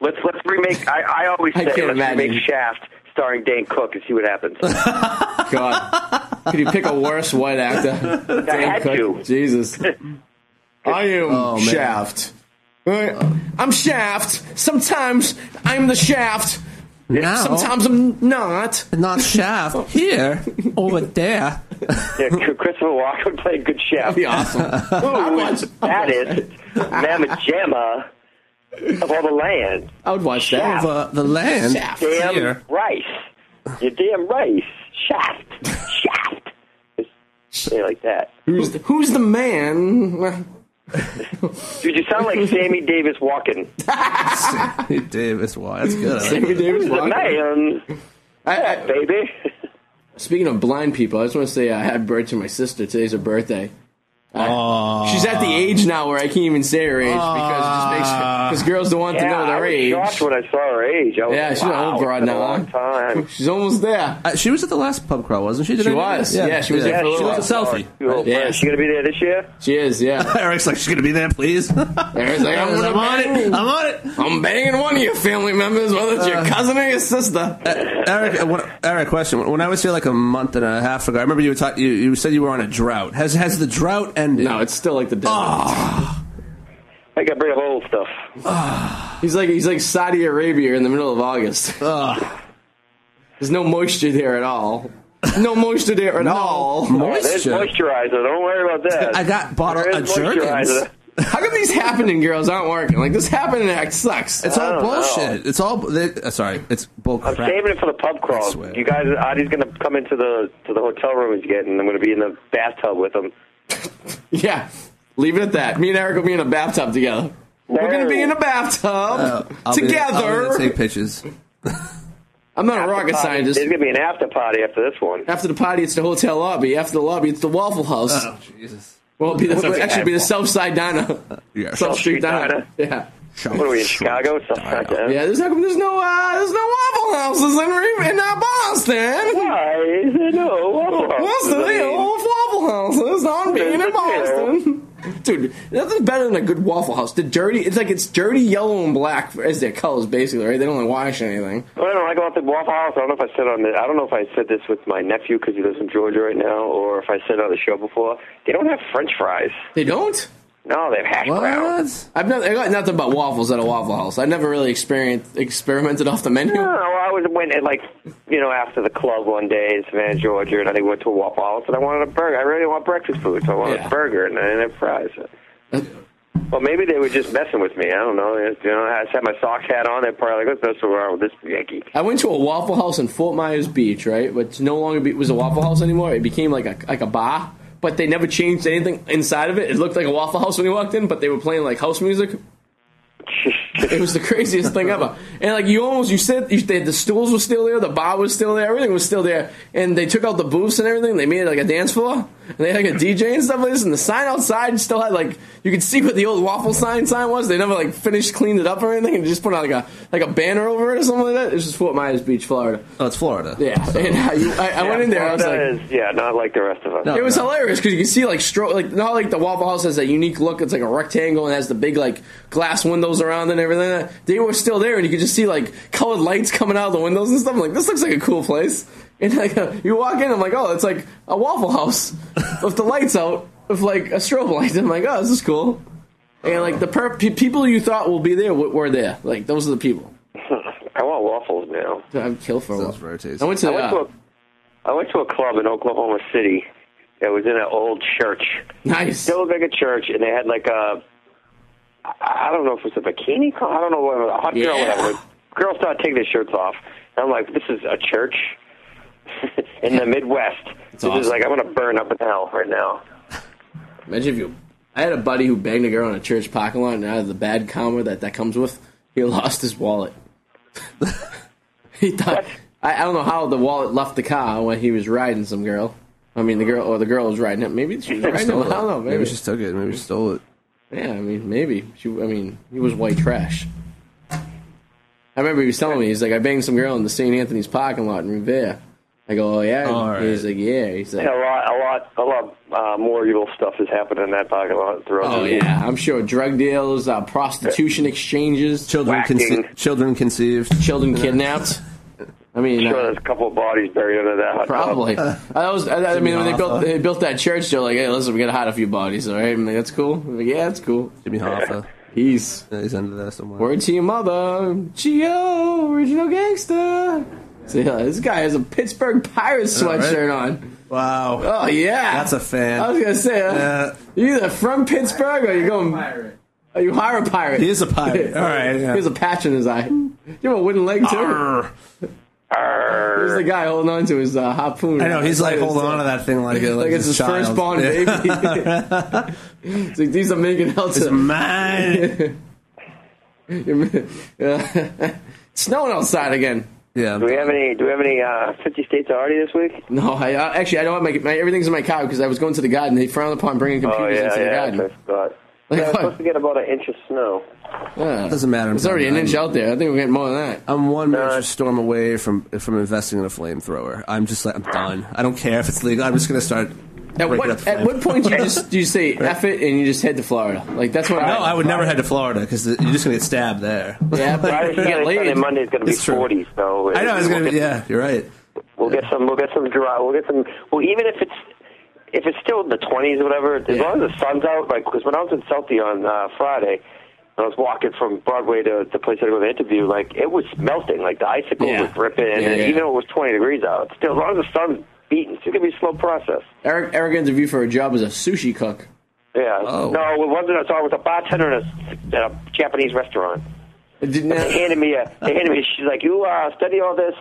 S7: let's let's remake. I, I always
S8: I
S7: say
S8: can't
S7: let's remake
S8: imagine.
S7: Shaft starring Dane Cook and see what happens. I
S8: God, could you pick a worse white actor? Dane
S7: had
S8: Cook?
S7: to.
S8: Jesus, I am
S9: Oh, man.
S8: Shaft. Right? I'm Shaft. Sometimes I'm the Shaft.
S9: No.
S8: Sometimes I'm not.
S9: Not Shaft. Here. Over there.
S7: Yeah, Christopher Walken played good
S8: That'd
S7: Shaft.
S8: be awesome.
S7: I
S8: I
S7: was that is Mamma Jamma of all the land.
S8: I would watch that.
S9: Over
S8: Uh,
S9: uh, the land.
S8: Shaft.
S7: Damn
S9: Here.
S7: rice. You're damn rice. Shaft. Shaft. Say like that.
S8: Who's the, who's the man?
S7: Dude, you sound like Sammy Davis walking.
S9: Hey, Davis. Why? That's good. I like
S8: Sammy Davis
S7: The
S8: Walker.
S7: man,
S8: I- I-
S7: baby.
S8: Speaking of blind people, I just want to say I had birth to my sister. Today's her birthday. I-
S9: Aw.
S8: she's at the age now where I can't even say her age because it just makes because girls don't want to know
S7: Yeah, I
S8: their
S7: was
S8: age.
S7: shocked when I saw her age. I was,
S8: Yeah, she's an
S7: wow,
S8: old broad
S7: it's been
S8: now,
S7: A long
S8: huh?
S7: time.
S8: She's almost there.
S9: Uh, she was at the last pub crawl, wasn't she? Did
S8: She
S9: I do
S8: was.
S9: that?
S8: Yeah, she was there for a
S9: She
S8: little
S9: was a selfie.
S7: You old
S8: Yeah.
S7: friend. She gonna be there this year?
S8: She is, yeah.
S9: Eric's like, she's gonna be there, please. I'm
S8: Eric's like, I'm, gonna
S9: on
S8: bang-
S9: it. I'm on it.
S8: I'm banging one of your family members, whether it's
S9: Uh.
S8: your cousin or your sister.
S9: Eric, uh, what, Eric, question. When I was here like a month and a half ago, I remember you were talk, you, you said you were on a drought. Has has the drought ended?
S8: no, it's still like the dead.
S9: Oh,
S7: I got rid of old stuff.
S8: He's like he's like Saudi Arabia in the middle of August. There's no moisture there at all. No moisture there at all.
S7: There's
S9: Moisture.
S7: moisturizer. Don't worry about that.
S9: I got bottle
S7: There
S9: of
S7: is
S9: Jergens.
S7: moisturizer.
S8: How come these happening girls aren't working? Like this happening act sucks.
S9: It's all
S7: don't know.
S9: bullshit. It's all. They, uh, sorry, it's bullcrap.
S7: I'm saving it for the pub
S9: I
S7: crawl.
S9: swear.
S7: You guys, Adi's going to come into the to the hotel room he's getting. I'm going to be in the bathtub with him.
S8: yeah. Leave it at that. Me and Eric will be in a bathtub together. We're gonna be in a
S9: Uh,
S8: bathtub
S9: I'll be- I'll be
S8: together.
S9: there to take pictures.
S7: Uh,
S8: I'm not a rocket scientist.
S7: There's going to be an after party after this one.
S8: After the party, it's the hotel lobby. After the lobby, it's the Waffle House.
S9: Oh Jesus!
S8: well, it'd be the,
S7: What's
S8: actually,
S7: that?
S8: it'd be the South Side Diner.
S9: Yeah,
S8: South Street
S7: Street
S8: Diner.
S7: Diner.
S8: Yeah.
S7: What are we in Chicago? Something like that.
S8: Yeah, there's no, there's no, uh, there's no Waffle Houses in, Re- in uh, Boston.
S7: Why is there no Waffle House?
S8: What's the
S7: I mean,
S8: deal with Waffle Houses on being in
S7: There's a
S8: Boston? Dude, nothing's better than a good Waffle House. The dirty, it's like it's dirty yellow and black as their colors, basically, right? They don't like wash anything.
S7: What I don't like about the Waffle House, I don't know if I said on the, I don't know if I said this with my nephew because he lives in Georgia right now, or if I said it on the show before. They don't have French fries.
S8: They don't?
S7: No, they have hash browns.
S9: What?
S8: I've never, I got nothing but waffles at a Waffle House. I never really experienced, experimented off the menu.
S7: No, I was went at like you know after the club one day in Savannah, Georgia, and I went to a Waffle House and I wanted a burger. I really want breakfast food, so I wanted
S8: Yeah.
S7: a burger and, and fries. Well, maybe they were just messing with me. I don't know. You know, I just had my sock hat on. They're probably like, "What's messing around with this Yankee?"
S8: I went to a Waffle House in Fort Myers Beach, right? Which no longer be, was a Waffle House anymore. It became like a like a bar, but they never changed anything inside of it. It looked like a Waffle House when you walked in, but they were playing like house music. It was the craziest thing ever. And like you almost you said you, they, the stools were still there, the bar was still there, everything was still there. And they took out the booths and everything. They made it like a dance floor. And they had like a DJ and stuff like this. And the sign outside still had like you could see what the old waffle sign sign was. They never like finished cleaned it up or anything. And just put out like a like a banner over it or something like that. It was just Fort Myers Beach, Florida.
S9: Oh, it's Florida.
S8: Yeah. And I, you, I, I went in there. I was like.
S7: Florida is- yeah, not like the rest of us.
S8: It was
S9: No.
S8: hilarious because you can see like stro like not like the Waffle House has that unique look. It's like a rectangle and has the big like glass windows around and everything. They were still there, and you could just see like colored lights coming out of the windows and stuff. I'm like, this looks like a cool place. And like uh, you walk in, I'm like, oh, it's like a Waffle House with the lights out, with like a strobe light. I'm like, oh, this is cool. And like the per- pe- people you thought will be there w- were there. Like those are the people.
S7: I want waffles now.
S8: Dude, I'm killed for a
S9: Sounds
S8: while.
S9: very tasty.
S8: I went to
S7: I went
S8: uh,
S7: to a, I went to a club in Oklahoma City. It was in an old church.
S8: uh, nice.
S7: Still looked like a church, and they had like a I I don't know if it was a bikini. Club, I don't know what a hot girl,
S8: Yeah.
S7: whatever. Girls start taking their shirts off. And I'm like, this is a church in the Midwest. this is
S8: awesome.
S7: like I'm gonna burn up in hell right now.
S8: Imagine if you. I had a buddy who banged a girl in a church parking lot, and out of the bad karma that that comes with, he lost his wallet. he thought I, I don't know how the wallet left the car when he was riding some girl. I mean, the girl or the girl was riding it. Maybe she was riding him. I don't know. Maybe,
S9: Maybe she took it. Maybe she stole it.
S8: yeah, I mean, maybe she. I mean, he was white trash. I remember he was telling me he's like, I banged some girl in the St. Anthony's parking lot in Revere. I go, oh yeah.
S9: All right.
S8: He's like, yeah. He's like,
S7: A lot, a lot, a lot uh, more evil stuff has happened in that parking lot throughout
S8: oh
S7: the year.
S8: yeah. I'm sure drug deals, uh, prostitution exchanges.
S9: Children,
S7: Whacking.
S9: conce- children conceived.
S8: children kidnapped. I mean,
S7: Sure,
S8: uh,
S7: there's a couple of bodies buried under that. hot tub.
S8: probably.
S9: Uh,
S8: I, was, I, I mean, when they built they built that church, they're like, "Hey, listen, we gotta hide a few bodies, all right?" I'm like, "That's cool." I'm like, yeah, that's cool.
S9: Jimmy Hoffa.
S8: He's
S9: Yeah, He's under there somewhere.
S8: word to your mother, Geo, original gangster. So yeah, this guy has a Pittsburgh Pirates
S9: All right.
S8: sweatshirt on.
S9: Wow.
S8: Oh yeah,
S9: That's a fan.
S8: I was gonna say, uh,
S9: Yeah.
S8: you either from Pittsburgh or you going,
S5: Pirate.
S8: or you hire a pirate.
S9: He is a pirate. All right.
S8: He has a patch in his eye. You have a wooden leg too.
S9: Arr.
S8: There's the guy holding on to his uh, harpoon.
S9: I know. He's like, hold on to that thing like, it-
S8: Like, it's his
S9: child's.
S8: firstborn
S9: Yeah.
S8: baby. it's like these are making out
S9: It's
S8: to
S9: mine.
S8: Yeah. snowing outside again.
S9: yeah.
S7: Do we have any? Do we have any uh, 50 states already this week?
S8: No, I, I actually I don't have my, my everything's in my car because I was going to the garden. They frowned upon bringing
S7: Oh
S8: computers
S7: yeah,
S8: into the
S7: yeah. I
S8: garden.
S7: forgot.
S8: Like
S7: Yeah, we're
S8: what?
S7: supposed to get about an inch of snow.
S8: Yeah.
S9: Doesn't matter.
S8: It's already an inch out there. I think we're getting more than that.
S9: I'm one
S7: No.
S9: major storm away from from investing in a flamethrower. I'm just like I'm done. I don't care if it's legal. I'm just gonna start.
S8: At
S9: breaking up
S8: what at what point do you just do you say F it and you just head to Florida? Like that's what
S9: No,
S8: I
S9: I would never head to Florida because you're just gonna get stabbed there.
S8: Yeah, but
S7: Friday,
S8: you get
S7: Saturday, Sunday,
S8: laid.
S7: Monday's going to be
S9: It's true.
S7: 40. So
S9: I know. It's
S7: we'll
S9: gonna. Be,
S7: get-
S9: yeah, you're right.
S7: We'll get some. We'll get some dry. We'll get some. Well, even if it's if it's still in the 20s or whatever, as long as the sun's out. Like because when I was in Southie on uh, Friday, I was walking from Broadway to the place I was going to interview. Like it was melting. Like the icicle
S8: Yeah.
S7: was ripping. And
S8: Yeah, yeah.
S7: even though it was 20 degrees out, it's still as long as the sun's beating, it's going to be a slow process.
S8: Eric Eric interviewed for a job as a sushi cook.
S7: Yeah.
S9: Oh.
S7: No, it wasn't. I saw it was a bartender at a, at a Japanese restaurant.
S8: It did not.
S7: They handed me a. They handed me. She's like, you uh, study all this.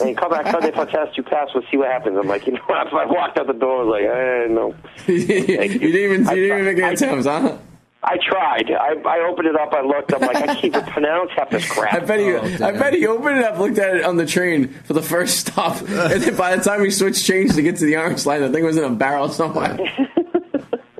S7: And come back Sunday for test. You pass. We'll see what happens. I'm like, you know, what? I walked out the door. I was like, eh, no.
S8: you didn't even. You
S7: I-
S8: didn't even make an
S7: I-
S8: attempt, huh?
S7: I tried. I, I opened it up. I looked. I'm like, I can't even pronounce half this crap.
S8: I bet he,
S9: Oh,
S8: I bet he opened it up, looked at it on the train for the first stop, and then by the time he switched change to get to the orange line, the thing was in a barrel somewhere.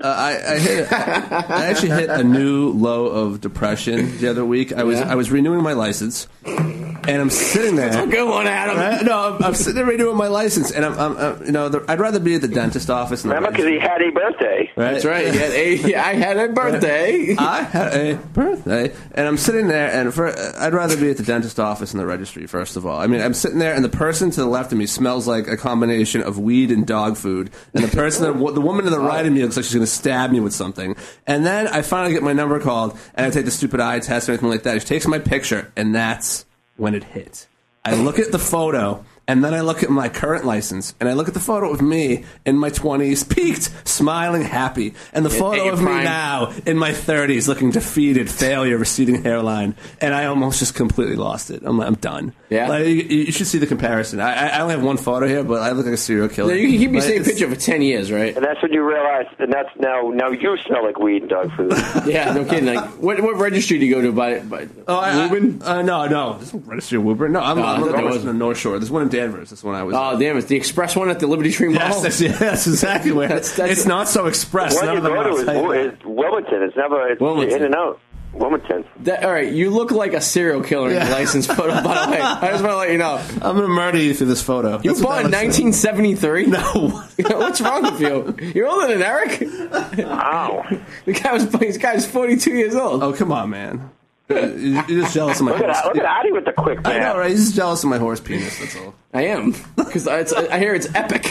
S9: Uh, I, I hit. I actually hit a new low of depression the other week. I was
S8: Yeah.
S9: I was renewing my license, and I'm sitting there.
S8: Good one,
S9: Uh,
S8: Adam.
S9: no, I'm, I'm sitting there renewing my license, and I'm, I'm, i you know, the, I'd rather be at the dentist office. than the
S7: Remember, because he had a birthday.
S9: right?
S8: That's right. He had a, I had a birthday.
S9: I had a birthday, and I'm sitting there, and for, I'd rather be at the dentist office than the registry. First of all, I mean, I'm sitting there, and the person to the left of me smells like a combination of weed and dog food, and the person, the, the woman to the right of me, looks like she's going to stab me with something. And then I finally get my number called, and I take the stupid eye test or anything like that. She takes my picture, and that's when it hit. I look at the photo. And then I look at my current license, and I look at the photo of me in my twenties, peaked, smiling, happy, and the
S8: at
S9: photo
S8: your
S9: of me
S8: prime.
S9: now now in my 30s looking defeated, failure, receding hairline, and I almost just completely lost it. I'm like, I'm done.
S8: Yeah.
S9: Like, you, you should see the comparison. I, I- I only have one photo here, but I look like a serial killer.
S8: Now, you can keep the
S9: Like,
S8: same
S9: it's-
S8: picture for ten years, right?
S7: And that's when you realize, and that's now, now you smell like weed and dog food.
S8: Yeah, no kidding. Like, what, what registry do you go to? By, by
S9: Oh, I,
S8: Reuben?
S9: I, uh, no, no. This is registry of Woburn. No, I'm,
S8: Oh, I
S9: I'm
S8: thought that
S9: I'm
S8: was-
S9: in the North Shore. There's one in Danvers. That's when I was.
S8: oh, damn! It's the express one at the Liberty Tree Mall.
S9: yes, that's, yeah, that's exactly where.
S8: That's- that's-
S9: it's not so express.
S7: What
S9: None
S7: you
S9: of them
S7: go
S9: are.
S7: to is,
S9: I'll tell you that.
S7: is Wilmington. It's never it's
S9: Wilmington.
S7: in and out. Wilmington.
S8: That- all right, you look like a serial killer in your
S9: Yeah.
S8: license photo. By the way, I just want to let you know.
S9: I'm gonna murder you through this photo.
S8: You
S9: That's what
S8: born
S9: that looks like.
S8: 1973?
S9: No.
S8: What's wrong with you? You're older than Eric.
S7: Ow.
S8: The guy was this guy was 42 years old.
S9: Oh come on, man. You're you're just jealous of my.
S7: Look at look at Adi with the quick
S9: I know,
S7: man.
S9: right? He's just jealous of my horse penis. That's all.
S8: I am because I, it's- I hear it's epic.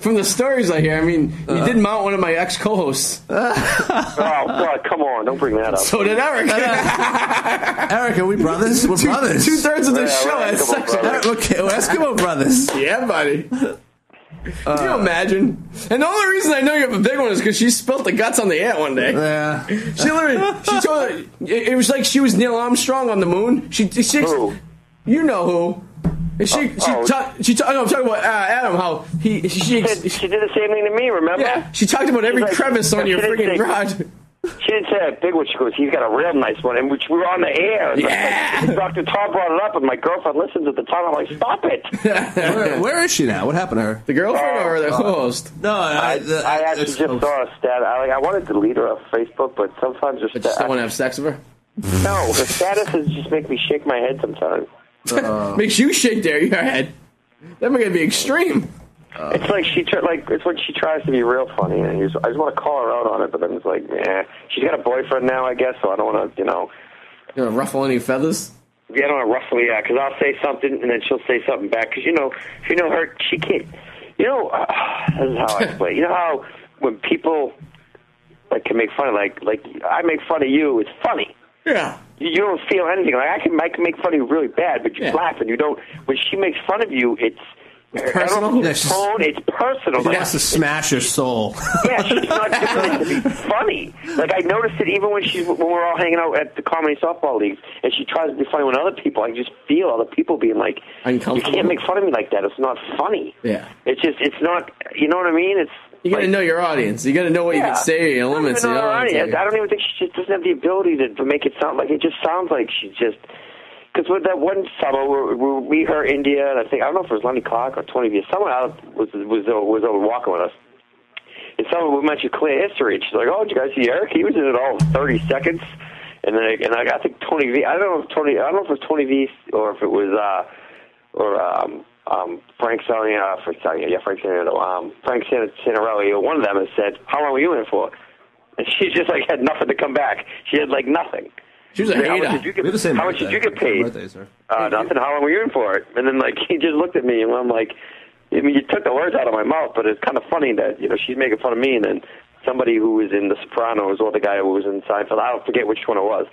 S8: From the stories I hear, I mean, you did mount one of my ex co-hosts.
S7: Oh God, come on! Don't bring that up.
S8: So did Eric.
S9: Eric, are we brothers? We're brothers.
S8: Two thirds of the
S7: Yeah, we're
S8: show had
S7: Eskimo
S8: sex. with
S7: brothers.
S8: Eric.
S9: Eric, okay, we're Eskimo brothers.
S8: Yeah, buddy. Can you imagine? And the only reason I know you have a big one is because she spilt the guts on the air one day.
S9: Yeah.
S8: She literally, she told it, it was like she was Neil Armstrong on the moon. She, she
S7: Who?
S8: you know who. And She, she,
S7: oh.
S8: ta- she ta- no, I'm talking about uh, Adam. How he, she,
S7: She, she did the same thing to me. Remember?
S8: yeah, she talked about every
S7: She's like,
S8: crevice on your
S7: she didn't
S8: freaking
S7: think-
S8: rod.
S7: She didn't say that big one. She goes, "He's got a real nice one," and which we were on the air.
S8: Yeah.
S7: Doctor Tom brought it up, and my girlfriend listens at the time. I'm like, "Stop it!"
S9: Where, where is she now? What happened to her?
S8: The girlfriend or the
S7: Oh.
S8: co-host?
S9: No,
S7: I, I actually just saw a stat. I, like, I wanted to delete her off Facebook, but sometimes her
S8: I just
S7: stat.
S8: don't want to have sex with her.
S7: no, her statuses just make me shake my head sometimes.
S8: Makes you shake there your head. That might be extreme.
S7: It's like she tr- like it's when she tries to be real funny, and you just, I just want to call her out on it, but I'm just like, eh. She's got a boyfriend now, I guess, so I don't want to, you know,
S8: You gonna ruffle any feathers?
S7: get on a ruffle, yeah, because I'll say something and then she'll say something back, because you know, if you know her, she can't. You know, uh, this is how I explain. you know how when people like can make fun of like like I make fun of you, it's funny.
S8: Yeah.
S7: You you don't feel anything. Like I can, I can make fun of you really bad, but you
S8: Yeah.
S7: laugh and you don't. When she makes fun of you, it's I don't know if it's
S9: Personal?
S7: tone, it's personal.
S9: She
S7: Like,
S9: wants to smash your soul.
S7: yeah, she's not doing it to be funny. Like I noticed it even when she's when we're all hanging out at the comedy softball league, and she tries to be funny with other people. I just feel other people being like, "You
S8: Uncomfortable.
S7: can't make fun of me like that. It's not funny."
S8: Yeah.
S7: it's just it's not. You know what I mean? It's
S8: You gotta
S7: like,
S8: know your audience. You gotta know what you
S7: yeah.
S8: can say, your limits. you
S7: I don't, even know
S8: know
S7: her
S8: what I'm
S7: audience.
S8: saying?
S7: I don't even think she just doesn't have the ability to, to make it sound like it just sounds like she just. Because with that one summer, we were me, her, India, and I think I don't know if it was Lenny Clark or Tony V. Someone out was was was over walking with us, and someone we mentioned clear history, and she's like, "Oh, did you guys see Eric? He was in it all in 30 seconds." And then, I- and I, I think Tony V. I don't know if Tony. I don't know if it was Tony V. or if it was uh or um um Frank Salia, Frank Salia, yeah, Frank Salia, um Frank San- Santarelli, or one of them has said, "How long were you in it for?" And she just like had nothing to come back. She had like nothing.
S8: She was a
S7: How
S8: hater.
S7: much did you
S9: We have the
S7: get?
S9: same
S7: How much did
S9: birthday.
S7: you get
S9: Same
S7: paid?
S9: birthdays, sir.
S7: Uh, nothing. How long were you in for it? And then like he just looked at me, and I'm like, I mean, you took the words out of my mouth, but it's kind of funny that you know she's making fun of me, and then somebody who was in The Sopranos or the guy who was in Seinfeld. I don't forget which one it was.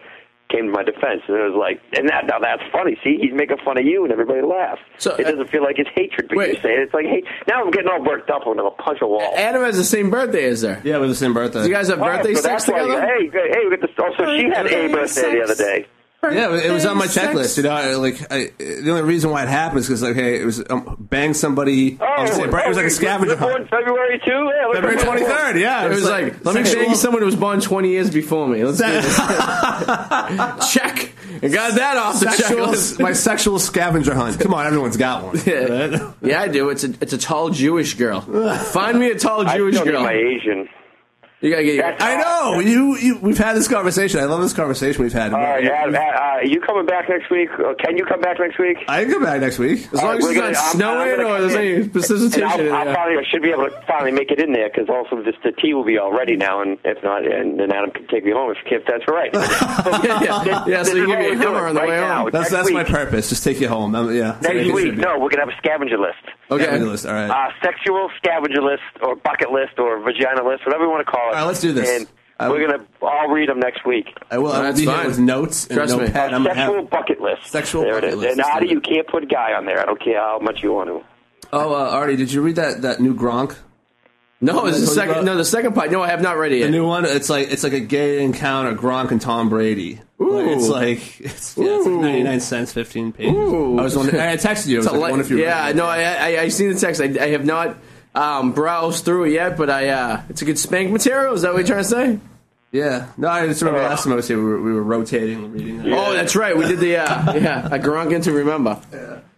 S7: Came to my defense, and it was like, and that now that's funny. See, he's making fun of you, and everybody laughs.
S8: So,
S7: it
S8: uh,
S7: doesn't feel like it's hatred, but you
S8: wait.
S7: say it. It's like, hey, now I'm getting all worked up when I'm gonna punch a wall.
S8: Adam has the same birthday as her.
S9: Yeah, it was the same birthday.
S8: Do you guys have
S7: All right,
S8: birthday
S7: so
S8: sex
S7: that's why
S8: together?
S7: You, hey, good- hey, we got this. Also, oh, she had a
S8: Birthday
S7: birthday the other
S8: sex.
S7: day.
S9: Yeah, it was on my
S8: Birthday
S9: checklist.
S8: sex.
S9: You know, I, like I, the only reason why it happened is because like, hey, it was um, bang somebody.
S7: Oh,
S9: on the same birthday. it was like a scavenger
S7: you're born
S9: hunt.
S7: February too. Yeah, look
S9: February
S7: at that.
S9: twenty third. Yeah,
S8: It was like, let me bang someone who was born 20 years before me. Let's do this. Check. And got that off the checklist.
S9: sexual, my sexual scavenger hunt. Come on, everyone's got one.
S8: Yeah. yeah, I do. It's a it's a tall Jewish girl. Find me a tall
S7: I
S8: Jewish
S7: still need
S8: girl.
S7: my Asian.
S8: You gotta get your.
S7: That's-
S9: I know you, you. We've had this conversation. I love this conversation we've had.
S7: All right, Adam, Adam, uh, are you coming back next week? Or can you come back next week?
S9: I can come back next week.
S8: As long as
S7: we're
S8: it's
S7: gonna-
S8: not
S7: I'm- I'm
S8: snowing
S7: gonna
S8: or
S7: come
S8: there's
S7: in.
S8: any
S7: And I'll,
S8: precipitation in
S7: I
S8: there.
S7: finally I should be able to finally make it in there because also this, the tea will be all ready now, and if not, and then Adam can take me home if, if that's all right.
S8: Yeah, yeah, so
S7: This
S8: you give
S7: is what
S8: me a
S7: we're doing
S8: hammer on the
S7: right
S8: way
S7: now.
S8: home.
S9: That's
S7: Next
S9: that's my
S7: week.
S9: purpose. Just take you home. I'm, yeah.
S7: Next week, no, we're gonna have a scavenger list.
S8: Okay.
S9: Scavenger list, all right.
S7: Uh, sexual scavenger list, or bucket list, or vagina list, whatever you want to call it.
S9: All right, let's do this.
S7: And
S9: I
S7: we're
S9: will-
S7: gonna all read them next week.
S9: I will. I will
S8: That's
S9: be here
S8: fine.
S9: with notes and
S8: Trust me.
S9: notepad. I'm gonna have-
S7: sexual bucket list.
S9: Sexual
S7: there
S9: bucket
S7: it is.
S9: list.
S7: And
S9: Let's do
S7: Adi,
S9: it.
S7: you can't put guy on there. I don't care how much you want to.
S9: Oh, uh, Artie, did you read that that new Gronk?
S8: No,
S9: Tell
S8: it's the
S9: you
S8: second.
S9: about-
S8: No, the second part. No, I have not read it
S9: The
S8: yet.
S9: new one, it's like it's like a gay encounter Gronk and Tom Brady. Like, it's like it's, yeah, it's like
S8: Ooh.
S9: ninety nine cents, fifteen pages.
S8: Ooh.
S9: I was wondering. I texted you. I was
S8: It's a
S9: like, I
S8: li-
S9: wonder if you.
S8: yeah,
S9: read it.
S8: no, I, I I seen the text. I, I have not um, browsed through it yet, but I uh, it's a good spank material. Is that what you're trying to say?
S9: yeah. No, I just remember last time I was here. We were, we were rotating, and reading. That.
S8: Oh, that's right. We did the uh, yeah a Gronkin to remember.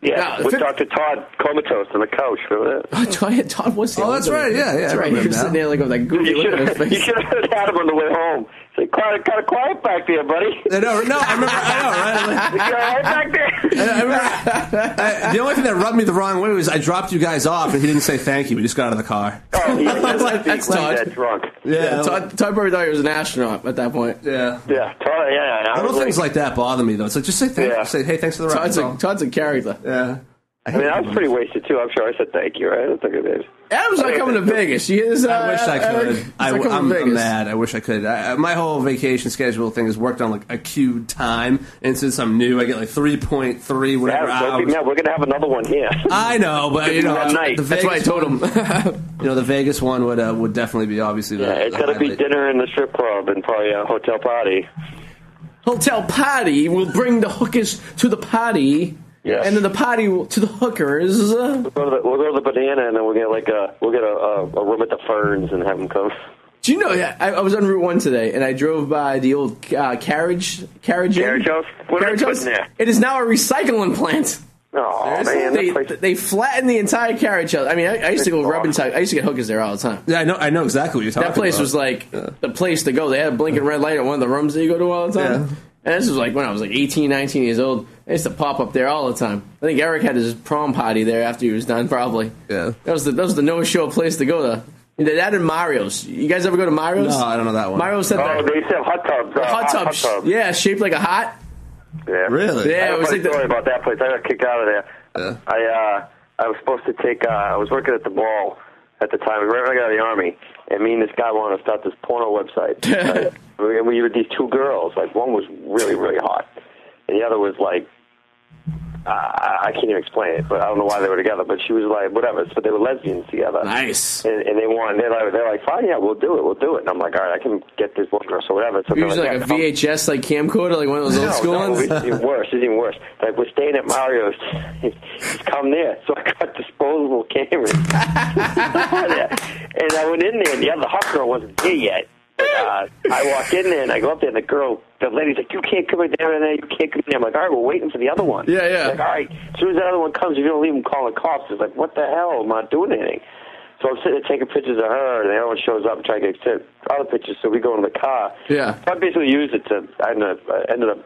S7: Yeah,
S8: No,
S7: with
S8: fif-
S7: Dr. Todd comatose on the couch. Remember that?
S8: Todd, Todd was here.
S9: Oh, that's right. Yeah, yeah, I
S8: That's right.
S9: remember
S8: He was
S9: now.
S8: sitting there like with that goofy
S7: You
S8: look
S7: should
S8: on his
S7: have. You
S8: face.
S7: should have had him on the way home. Say, quiet, kind of quiet back there, buddy.
S9: I know. No, I remember. I know. Right. Like,
S7: quiet back there.
S9: I remember, I, the only thing that rubbed me the wrong way was I dropped you guys off and he didn't say thank you. We just got out of the car.
S7: Oh, he-
S8: That's- that's
S7: he was
S8: Todd.
S7: that drunk.
S8: Yeah, Todd, Todd probably thought he was an astronaut at that point.
S9: yeah.
S7: Yeah, Todd. Yeah, and I
S9: Little
S7: was
S9: things like that bother me though. It's like just say thank
S7: Yeah.
S9: you. Say hey, thanks for the ride.
S8: Todd's
S9: that's
S8: a,
S9: all.
S8: Todd's a character.
S9: yeah.
S7: I mean, I was pretty wasted too. I'm sure I said thank you, right? I think it is.
S8: Adam's not coming to Vegas. You hear this? Uh,
S9: I wish I
S8: Eric?
S9: could.
S8: He's not
S9: I,
S8: coming to
S9: am
S8: Vegas.
S9: mad. I wish I could. I, I- my whole vacation schedule thing has worked on like a queued time, and since I'm new, I get like 3.3 whatever
S7: Adam, don't be
S9: hours.
S7: mad. We're gonna have another one here.
S9: I know, but you know,
S7: That night.
S9: the
S8: That's
S9: Vegas,
S8: why I told him.
S9: you know, the Vegas one would uh, would definitely be obviously. The,
S7: Yeah, it's
S9: the
S7: gonna be
S9: highlight.
S7: dinner in the strip club and probably a hotel party.
S8: Hotel party will bring the hookers to the party,
S7: Yes.
S8: and then the party will, to the hookers.
S7: We'll go to the, we'll go to the banana, and then we'll get like a we'll get a, a, a room at the Ferns and have them come.
S8: Do you know? Yeah, I, I was on Route One today, and I drove by the old uh, carriage carriage inn.
S7: Carriage house? What are
S8: Carriage
S7: they putting
S8: house?
S7: there?
S8: It is now a recycling plant.
S7: Oh man,
S8: they,
S7: that place.
S8: they flattened the entire carriage house. I mean, I, I used to go
S7: It's
S8: rub
S7: awesome.
S8: inside. I used to get hookers there all the time.
S9: Yeah, I know. I know exactly what you're talking
S8: That
S9: about.
S8: place was like the place to go. They had a blinking red light at one of the rooms that you go to all the time.
S9: Yeah.
S8: And this was like when I was like 18, 19 years old. I used to pop up there all the time. I think Eric had his prom party there after he was done, probably.
S9: Yeah.
S8: That was the that was the no show place to go to. That and Mario's. You guys ever go to Mario's?
S9: No, I don't know that one.
S8: Mario's had
S7: oh,
S8: that
S7: they used to have hot tubs. Uh,
S8: hot tub.
S7: tub.
S8: Yeah, shaped like a hot.
S7: yeah.
S9: Really?
S7: I
S8: Yeah,
S7: have
S8: it
S7: a
S8: was
S7: funny
S8: like the,
S7: story about that place. I got kicked out of there.
S9: Yeah.
S7: I uh, I was supposed to take. Uh, I was working at the mall at the time, right when I got out of the army, and me and this guy wanted to start this porno website. Uh, and we were these two girls. Like one was really really hot, and the other was like uh, I I can't even explain it. But I don't know why they were together. But she was like whatever. But they were lesbians together.
S8: nice.
S7: And, and they want. They're like, they're like, fine, yeah, we'll do it, we'll do it. And I'm like, all right, I can get this one girl, so whatever. So they're
S8: Usually like a
S7: "Yeah, come."
S8: VHS like camcorder, like one of those old
S7: No,
S8: school
S7: no,
S8: ones.
S7: It's even worse. It's even worse. Like we're staying at Mario's. Just come there. So I got disposable cameras. and I went in there, and the other hot girl wasn't there yet. But, uh, I walk in there and I go up there, and the girl, the lady's like, "You can't come in down in there. You can't come in there." I'm like, "All right, we're waiting for the other one."
S8: Yeah, yeah.
S7: Like, all right, as soon as the other one comes, if you don't leave him, call the cops. It's like, what the hell? I'm not doing anything. So I'm sitting there taking pictures of her, and the other one shows up and trying to get other pictures. So we go in the car.
S8: Yeah.
S7: So I basically used it to. I ended up, I ended up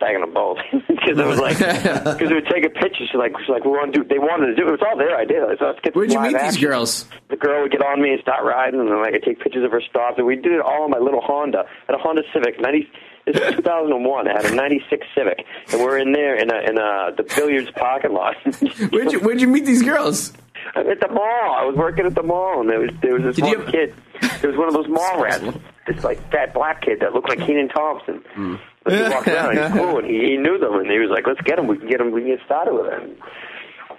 S7: banging them both because it was like because they were taking pictures. She's like, she's like, we want to do. They wanted to do. It was all their idea. So let's get.
S8: Where'd you
S7: live
S8: meet these
S7: action.
S8: girls?
S7: The girl would get on me and start riding, and then I could take pictures of her stops. And we did it all on my little Honda. I had a Honda Civic ninety. This is 2001. I had a '96 Civic, and we're in there in a, in a, the billiards parking lot.
S8: Where'd you Where'd you meet these girls?
S7: I'm at the mall. I was working at the mall, and there was there was this
S8: Did you
S7: one
S8: have-
S7: kid. It was one of those mall rats, this like fat black kid that looked like Keenan Thompson.
S8: Hmm.
S7: But he walked around, he's cool, and he, he knew them, and he was like, "Let's get him. We can get him. We can get started with him."